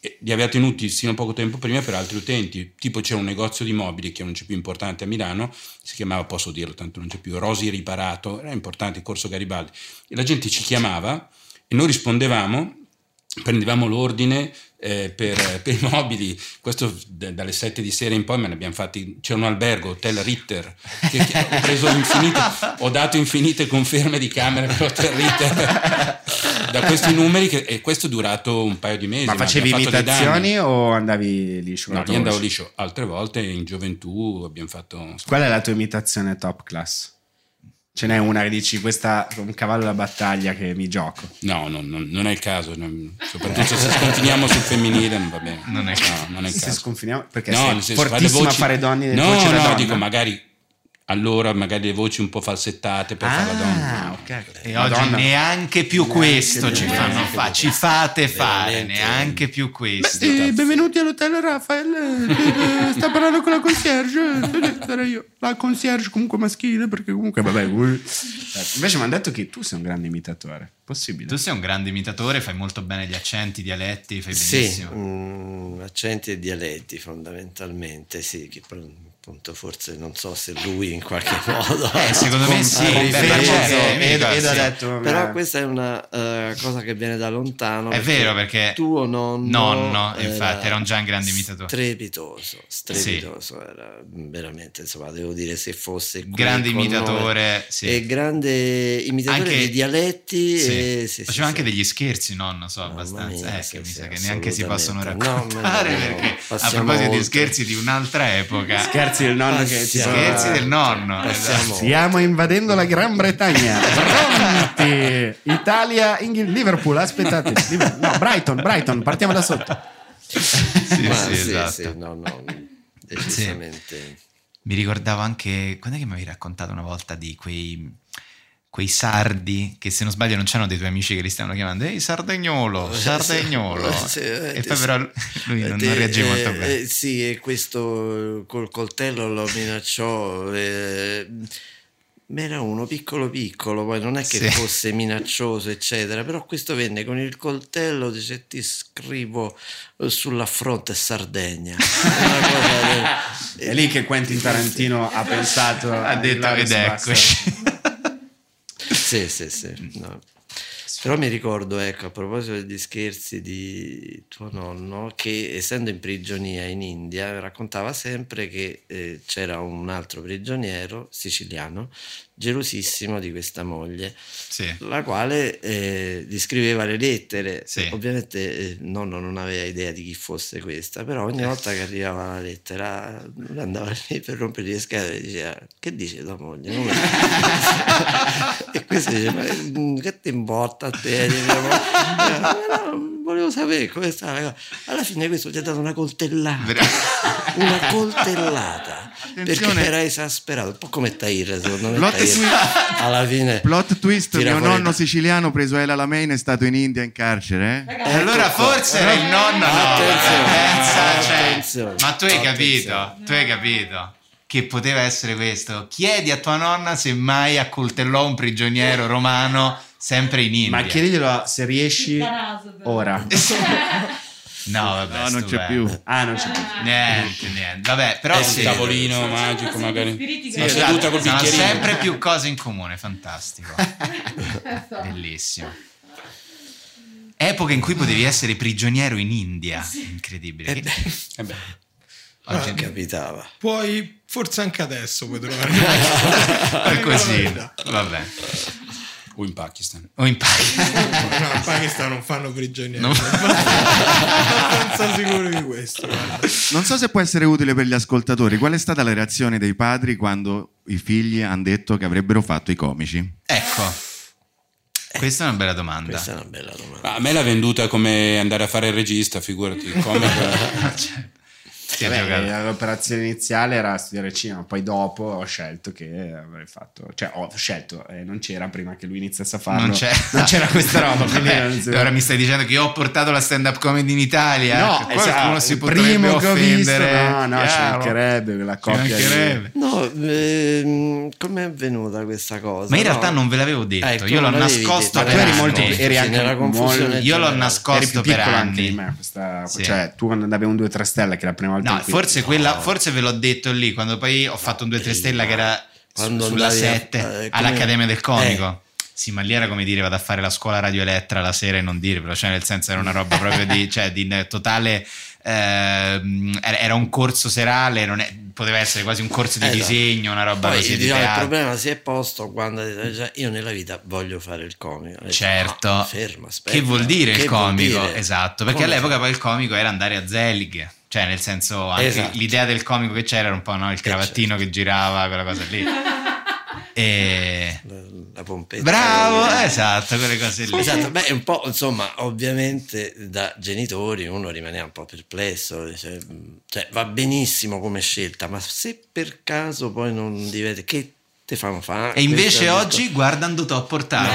eh, li aveva tenuti sino a poco tempo prima per altri utenti, tipo c'era un negozio di mobili che non c'è più importante a Milano, si chiamava, posso dirlo, tanto non c'è più, Rosi Riparato, era importante, Corso Garibaldi, e la gente ci chiamava e noi rispondevamo, prendevamo l'ordine eh, per, per i mobili, questo d- dalle 7 di sera in poi me ne abbiamo fatti, c'era un albergo, Hotel Ritter, che, che ho preso infinite, ho dato infinite conferme di camere per Hotel Ritter, da questi numeri che- e questo è durato un paio di mesi.
Ma facevi
abbiamo fatto dei danni.
imitazioni o andavi liscio?
No,
con la
io andavo
voce?
liscio. Altre volte in gioventù abbiamo fatto...
Qual è la tua imitazione top class? Ce n'è una che dici, questa è un cavallo da battaglia che mi gioco.
No, no, no, non è il caso, non- soprattutto se scontiniamo sul femminile non va bene.
Non è il
No,
caso.
non è il
Se
caso.
sconfiniamo, perché
No,
sei
nel senso,
fortissima
le voci-
a fare donne
No,
voce da
no,
donna.
dico magari allora magari le voci un po' falsettate per fare la
Ah,
donna.
ok.
E oggi
Madonna.
neanche più
Neanche
questo
più.
ci, fanno
Neanche
fa-
più.
ci fate fare,
Veramente.
neanche più questo.
Eh, benvenuti all'hotel Raffaele. Eh, eh, Sta parlando con la concierge. Eh, Sarei io. La concierge comunque maschile perché comunque
Ok, vabbè. uh. Certo. Invece mi hanno detto che tu sei un grande imitatore. Possibile?
Tu sei un grande imitatore, fai molto bene gli accenti, i dialetti, fai
Sì,
benissimo.
mm, accenti e dialetti fondamentalmente, sì, che poi, appunto forse non so se lui in qualche modo...
Eh, secondo me sì,
Confermo,
beh, ma certo, mi
Edo,
ricordo,
Edo ha
sì.
detto...
Però
eh,
questa è una eh, cosa che viene da lontano.
È vero, perché
tuo nonno...
nonno, infatti, era un già un grande imitatore.
Strepitoso, strepitoso, era veramente, insomma, devo dire se fosse... qui
Grande
con noi.
imitatore, sì.
E grande imitatore
Anche-
di dialetti.
Sì.
e- sì, sì,
Faceva
sì.
anche degli scherzi, no? Non so,
Mamma
abbastanza.
mia,
eh,
sì,
che mi
sì,
sa che neanche si possono
assolutamente. No,
raccontare
no, no, no,
perché a
passiamo
proposito di
oltre.
scherzi di un'altra epoca.
Eh, Scherzi del nonno che ti
Passiamo.
Scherzi del nonno.
Passiamo.
esatto.
Stiamo invadendo la Gran Bretagna. Pronti! Italia, Inghil- Liverpool, aspettate. Liverpool- No, Brighton, Brighton, partiamo da sotto.
Sì,
Ma
sì, esatto.
sì, no, no, decisamente.
Mi ricordavo anche, quando è che mi avevi raccontato una volta di quei, quei sardi che se non sbaglio non c'erano dei tuoi amici che li stavano chiamando, ehi sardegnolo, sardegnolo.
Sì, eh,
e poi
sì.
però lui non, non
Eh,
reagì molto
eh,
bene.
eh, sì, e questo eh, col coltello lo minacciò. eh, ma era uno piccolo piccolo, poi non è che
Sì.
fosse minaccioso, eccetera. Però questo venne con il coltello, dice ti scrivo eh, sulla fronte Sardegna. Una cosa del-
È lì
ecco,
che Quentin Tarantino ha pensato.
ha detto ed eccoci.
Sì, sì, sì. no. Però mi ricordo, ecco, a proposito degli scherzi di tuo nonno, che essendo in prigionia in India, raccontava sempre che eh, c'era un altro prigioniero siciliano, gelosissimo di questa moglie, la quale eh, gli scriveva le lettere. Ovviamente eh, il nonno non aveva idea di chi fosse questa, però ogni volta che arrivava la lettera lui andava lì per rompere le scatole e diceva che dice tua moglie? Non lo so." e questo dice ma mm, che ti importa a te? di mia moglie?" Diceva, "Ma no, volevo sapere come sta la cosa." alla fine questo ti ha dato una coltellata una coltellata perché
Attenzione.
era esasperato un po' come Tahir secondo me
Plot
Tahir
twist.
alla fine
Plot twist,
tira
mio
fuori-
nonno siciliano preso a El Alamein è stato in India in carcere. eh?
E allora forse era il nonno. No, pensa, cioè,
Eh, Attenzione.
ma tu hai capito, tu hai capito che poteva essere questo. Chiedi a tua nonna se mai accoltellò un prigioniero romano sempre in India.
Ma chiediglielo se riesci ora.
No, vabbè,
No, non c'è
stupendo.
più. Ah, non c'è più.
Niente, niente. Vabbè, però
È un
sì.
Eh, tavolino Sì, magico, sono magari. spiriti che- Una
esatto,
seduta col
sono
bicchierino.
sempre più cose in comune, fantastico. Bellissimo. Epoca in cui potevi essere prigioniero in India, incredibile.
Eh,
Ah.
capitava.
Puoi, forse anche adesso puoi trovare.
È così,
No,
vabbè.
O in Pakistan.
O in Pakistan.
no, in Pakistan non fanno prigionieri.
Non-
Sono sicuro di questo. guarda.
Non so se può essere utile per gli ascoltatori. Qual è stata la reazione dei padri quando i figli hanno detto che avrebbero fatto i comici?
Ecco, questa è una bella domanda.
Questa è una bella domanda.
Ma a me l'ha venduta come andare a fare il regista, figurati. il comico.
Beh,
eh,
l'operazione iniziale era studiare cinema, poi dopo ho scelto che avrei fatto, cioè ho scelto, eh, non c'era prima che lui iniziasse a farlo,
Non, c'è.
non c'era questa roba. quindi
Vabbè,
non si-
Ora mi stai dicendo che io ho portato la stand up comedy in Italia.
No,
Qualcuno
esatto,
si
il
potrebbe
primo che ho visto,
offendere.
no, no, ci
Chiaro.
mancherebbe quella
Ci
coppia lì.
mancherebbe.
No, ehm, com'è venuta questa cosa?
Ma in realtà
No.
non ve l'avevo detto,
Eh, tu
io l'ho
non l'avevi
nascosto
detto. eh.
per
Ma tu
anni.
eri
Sì,
anche
nella confusione
molto-
Io l'ho
generale.
nascosto
Eri più
per
piccolo
anni.
anche di me, questa-
Sì.
cioè tu quando andavi a un 2-3 stelle che è la prima volta
No,
in cui-
forse, quella, forse ve l'ho detto lì, quando poi ho fatto un 2-3 stella che era su-
Quando
sulla
andavi a-
7
eh, come- Eh.
all'Accademia del Comico. Sì, ma lì era come dire vado a fare la scuola Radio Elettra la sera e non dirvelo, cioè nel senso era una roba proprio di, cioè, di ne- totale... ehm, era era un corso serale, non è- poteva essere quasi un corso di
Eh, no.
disegno, una roba
Poi
così di
diciamo, il
teatro.
problema si è posto quando ha detto, "Già, io nella vita voglio fare il comico. Ho detto,
Certo.
"No, fermo, Esatto. Ah, aspetta.
che vuol dire
Che
il
vuol
comico?
dire?
Esatto, perché
Come
all'epoca poi il comico era andare a Zelig, cioè nel senso anche
Esatto.
l'idea del comico che c'era era un po' no? il cravattino che girava, quella cosa lì. E...
La pompetta.
Bravo, esatto, quelle cose lì.
Esatto, beh, è un po', insomma, ovviamente da genitori uno rimaneva un po' perplesso, dice, "Mm, cioè, va benissimo come scelta, ma se per caso poi non diventa, che te fanno fare?
E invece
Questo è
oggi guardando Top Portale.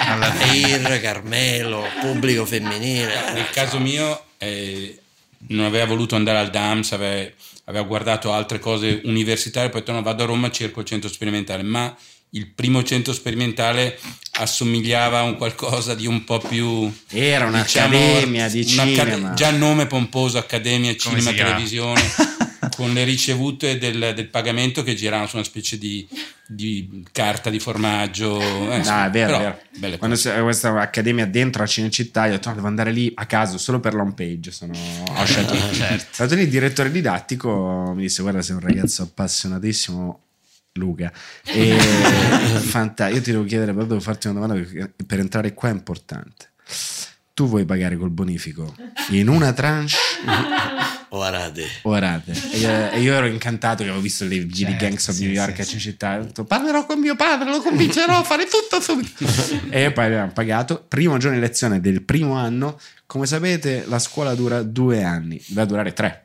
Alla
il discorso. Tahir, Carmelo, pubblico femminile.
Nel caso mio eh, non aveva voluto andare al DAMS, ave- aveva guardato altre cose universitarie, poi ha detto no, vado a Roma, cerco il centro sperimentale, ma il primo centro sperimentale assomigliava a un qualcosa di un po' più...
Era un'accademia di
un'acca-
cinema.
Diciamo, Già nome pomposo, Accademia
Come
Cinema
si chiama?
Televisione, con le ricevute del, del pagamento che giravano su una specie di, di carta di formaggio. eh,
No,
insomma,
Ah, è vero,
però
è vero.
belle
Quando c'era questa accademia dentro a Cinecittà, io ho detto, "No, devo andare lì a caso solo per l'home page. Sono... Ho scelto.
Certo.
Stato lì il direttore didattico mi disse: Guarda, sei un ragazzo appassionatissimo. Luca, e fanta- io ti devo chiedere, però devo farti una domanda perché per entrare qua è importante. Tu vuoi pagare col bonifico in una tranche
O Arade.
o a rate? E io, e io ero incantato che avevo visto le Giri
Certo,
Gangs of
sì,
New York
sì,
a Cinecittà. Ho detto,
Parlerò con mio padre, lo convincerò a fare tutto subito.
e poi abbiamo pagato. Primo giorno di lezione del primo anno. Come sapete, la scuola dura due anni, doveva durare tre.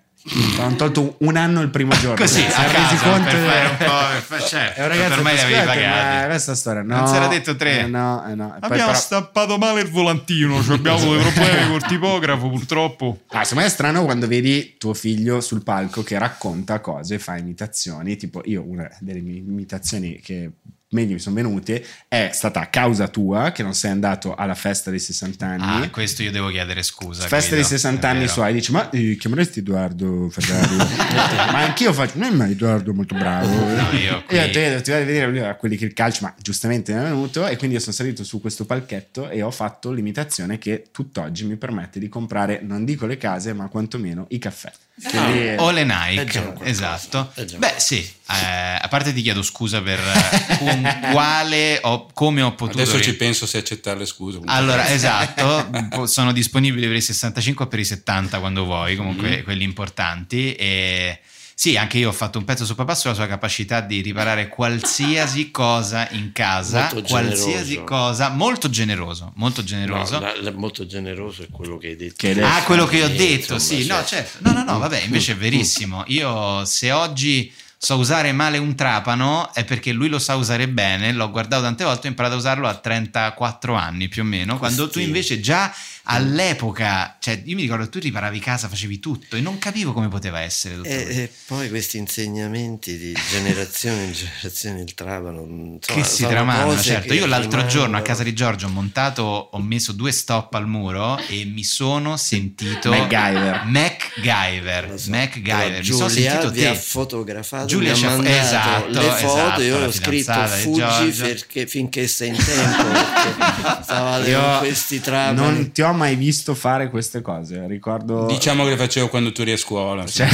Hanno tolto un anno il primo giorno. Si
Così, a
è resi
caso, per fare un po', per fa- certo,
È un ragazzo
ormai
che
li avevi
aspetta,
pagati.
ma Questa storia, no.
Non si era detto tre.
eh no, eh no. E poi
Abbiamo
però-
stampato male il volantino, cioè abbiamo dei problemi col tipografo purtroppo.
Ah, secondo me è strano quando vedi tuo figlio sul palco che racconta cose, fa imitazioni. Tipo, io una delle mie imitazioni che meglio mi sono venute è stata a causa tua che non sei andato alla festa dei 60 Eh, anni.
Ah, questo io devo chiedere scusa.
Festa dei
Guido,
60
è
anni
vero.
suoi, dici ma eh, chiameresti Edoardo Ferrari? ma anch'io faccio, no, ma Edoardo è molto bravo.
No, io qui-
ho detto, io devo- ti vado a vedere lui era quelli che il calcio, ma giustamente non è venuto e quindi io sono salito su questo palchetto e ho fatto l'imitazione che tutt'oggi mi permette di comprare, non dico le case, ma quantomeno i caffè. Quindi-
Ah, o le
È già un
Nike,
qualcosa.
esatto. Beh, sì, eh, a parte ti chiedo scusa per eh, con quale ho, come ho potuto.
Adesso ci
ri-
penso se accettare le scuse.
Allora, esatto, po- sono disponibili per i 65 o per i 70 quando vuoi, comunque
Mhm.
quelli importanti. E sì, anche io ho fatto un pezzo su papà sulla sua capacità di riparare qualsiasi cosa in casa,
Molto
qualsiasi
generoso.
cosa, molto generoso, molto generoso.
No, la- la- molto generoso è quello che hai detto.
ah, quello che ho
Eh,
detto,
insomma,
sì,
cioè-
no, certo. No, no, no, vabbè, invece è verissimo. Io se oggi so usare male un trapano è perché lui lo sa usare bene, l'ho guardato tante volte, ho imparato a usarlo a 34 anni più o meno, quando tu
Così.
invece già all'epoca, cioè io mi ricordo che tu riparavi casa, facevi tutto e non capivo come poteva essere tutto
E,
questo.
e eh, poi questi insegnamenti di generazione in generazione il trapano insomma,
che si
sono
tramano,
cose
certo.
che
Io l'altro
rimangono.
giorno a casa di Giorgio ho montato, ho messo due stop al muro e mi sono sentito
MacGyver.
MacGyver, MacGyver. mi sono
Giulia
sentito
vi
te.
ha fotografato,
Giulia
mi
ci
ha
ha fo-
mandato
esatto,
le foto,
esatto,
io
la
ho scritto
fidanzata di
fuggi
Giorgio."
perché- finché sei in tempo, perché stavate
Io
con questi trapani.
Non ti ho mai visto fare queste cose. Ricordo.
Diciamo che le facevo quando tu eri a scuola.
Cioè,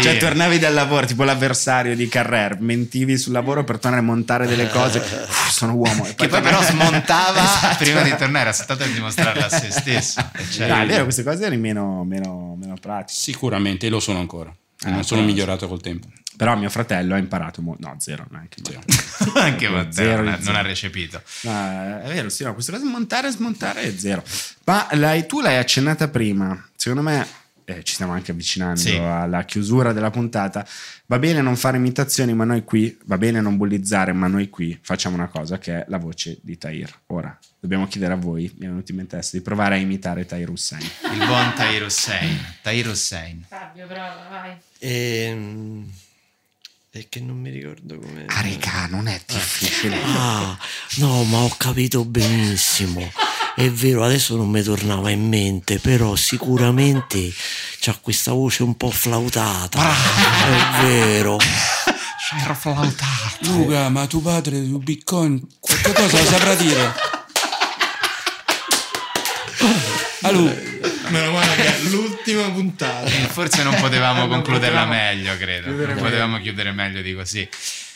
cioè, tornavi dal lavoro, tipo l'avversario di Carrer, mentivi sul lavoro per tornare a montare delle cose. Uff, sono uomo. E
Che poi però smontava
Esatto.
prima di tornare, ha stato a dimostrarla a se stesso. E cioè-
No, è vero, queste cose erano meno, meno, meno pratiche.
Sicuramente, e lo sono ancora.
Ah,
non sono
però-
migliorato col tempo.
Però mio fratello ha imparato molto. No, zero, neanche zero.
Anche Matteo
Zero,
non, ha-
zero.
non ha recepito.
No, è vero, sì, no, questa cosa di montare e smontare è zero. Ma l'hai- tu l'hai accennata prima, secondo me eh, ci stiamo anche avvicinando
Sì.
alla chiusura della puntata. Va bene non fare imitazioni, ma noi qui, va bene non bullizzare, ma noi qui facciamo una cosa che è la voce di Tahir. Ora, dobbiamo chiedere a voi, mi è venuto in mente adesso, di provare a imitare Tahir Hussein.
Il buon Tahir Hussein. Tahir Hussein.
Fabio, prova, vai.
Ehm, E che non mi ricordo come.
Carica, non è difficile.
Ah, no, ma ho capito benissimo. È vero, adesso non mi tornava in mente, però sicuramente c'ha questa voce un po' flautata. È vero.
C'ero
Ah,
flautato.
Luca, ma tuo padre su Bitcoin qualche cosa lo saprà dire? Allora,
Meno male che è l'ultima puntata.
Forse non potevamo
Non
concluderla
potevamo
meglio, credo.
chiudere
Non
meglio.
potevamo chiudere meglio di così.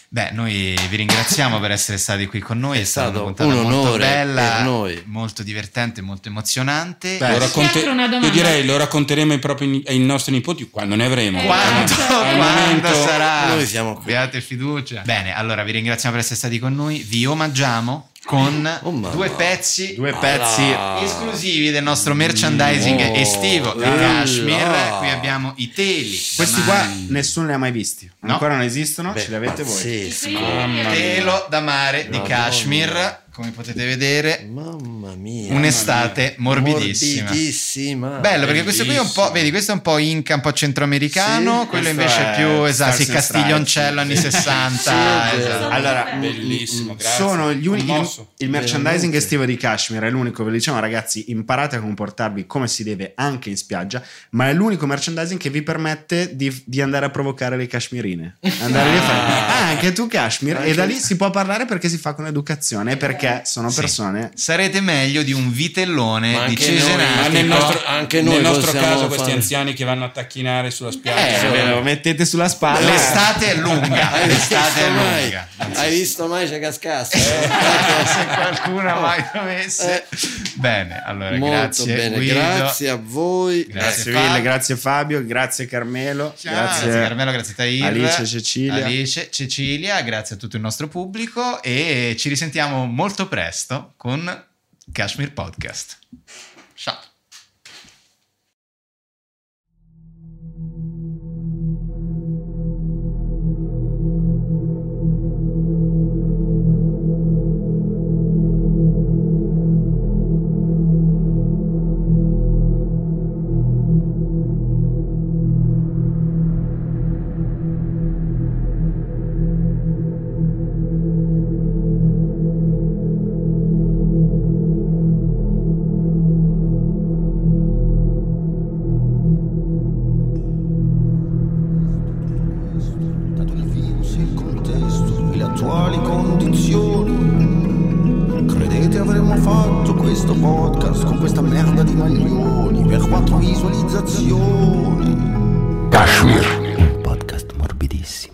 Beh, noi vi ringraziamo per essere stati qui con noi. È, stata
stato
una puntata
un
molto
onore
bella,
per noi.
molto divertente, molto emozionante.
lo racconte-
Pietro, Eh, una domanda.
io direi lo racconteremo ai, propri ni- ai nostri nipoti quando ne avremo.
Eh.
Quanto,
Al
quanto
momento-
sarà?
Noi siamo qui.
Beate fiducia. Bene, allora vi ringraziamo per essere stati con noi. Vi omaggiamo con due pezzi, Ah.
Due pezzi.
esclusivi del nostro merchandising
Oh,
estivo da
là.
Kashmir. Qui abbiamo i teli.
Questi
da
qua
mare.
nessuno li ha mai visti,
No.
ancora non esistono,
Beh,
ce li avete voi.
pazzesco.
Mamma mia.
Telo da mare di
Madonna.
Kashmir, come potete vedere,
Mamma mia.
un'estate morbidissima.
Morbidissima.
Bello perché questo qui è un po', vedi, questo è un po' Inca, un po' centroamericano,
Sì,
quello
questo
invece
è
è più esatto, sì,
Stars and
Castiglioncello anni
Stripes.
Sì,
60.
è vero.
esatto.
Allora,
Bellissimo, grazie.
Sono gli unici. Il,
Commosso.
il merchandising
Veramente.
estivo di Kashmir è l'unico, ve lo diciamo ragazzi, imparate a comportarvi come si deve anche in spiaggia, ma è l'unico merchandising che vi permette di, di andare a provocare le cashmirine. Andare lì a fare "Ah, anche tu Eh, Kashmir e da lì si può parlare perché si fa con educazione, perché sono
Sì.
persone
Sarete meglio di un vitellone di
Ma
Cesenatico.
nel nostro,
anche noi
nel nostro
possiamo
caso, questi
fare-
anziani che vanno a tacchinare sulla
eh,
spiaggia.
ve lo mettete sulla spalla.
L'estate è lunga,
Hai visto
l'estate è
Esatto, mai?
lunga.
Hai visto mai c'è cascasso?
Eh. Se qualcuno mai dovesse. Bene, allora
Molto
grazie
bene,
Guido.
grazie a voi.
Grazie
Grazie
Fabio.
mille, grazie Fabio, grazie Carmelo,
Grazie,
grazie,
Carmelo, grazie Tahir,
Alice, Cecilia.
Alice, Cecilia, grazie a tutto il nostro pubblico e ci risentiamo molto presto con Kashmir Podcast. Ciao.
Thank
questa merda di maglioni per quattro visualizzazioni.
Kashmir. Un podcast morbidissimo.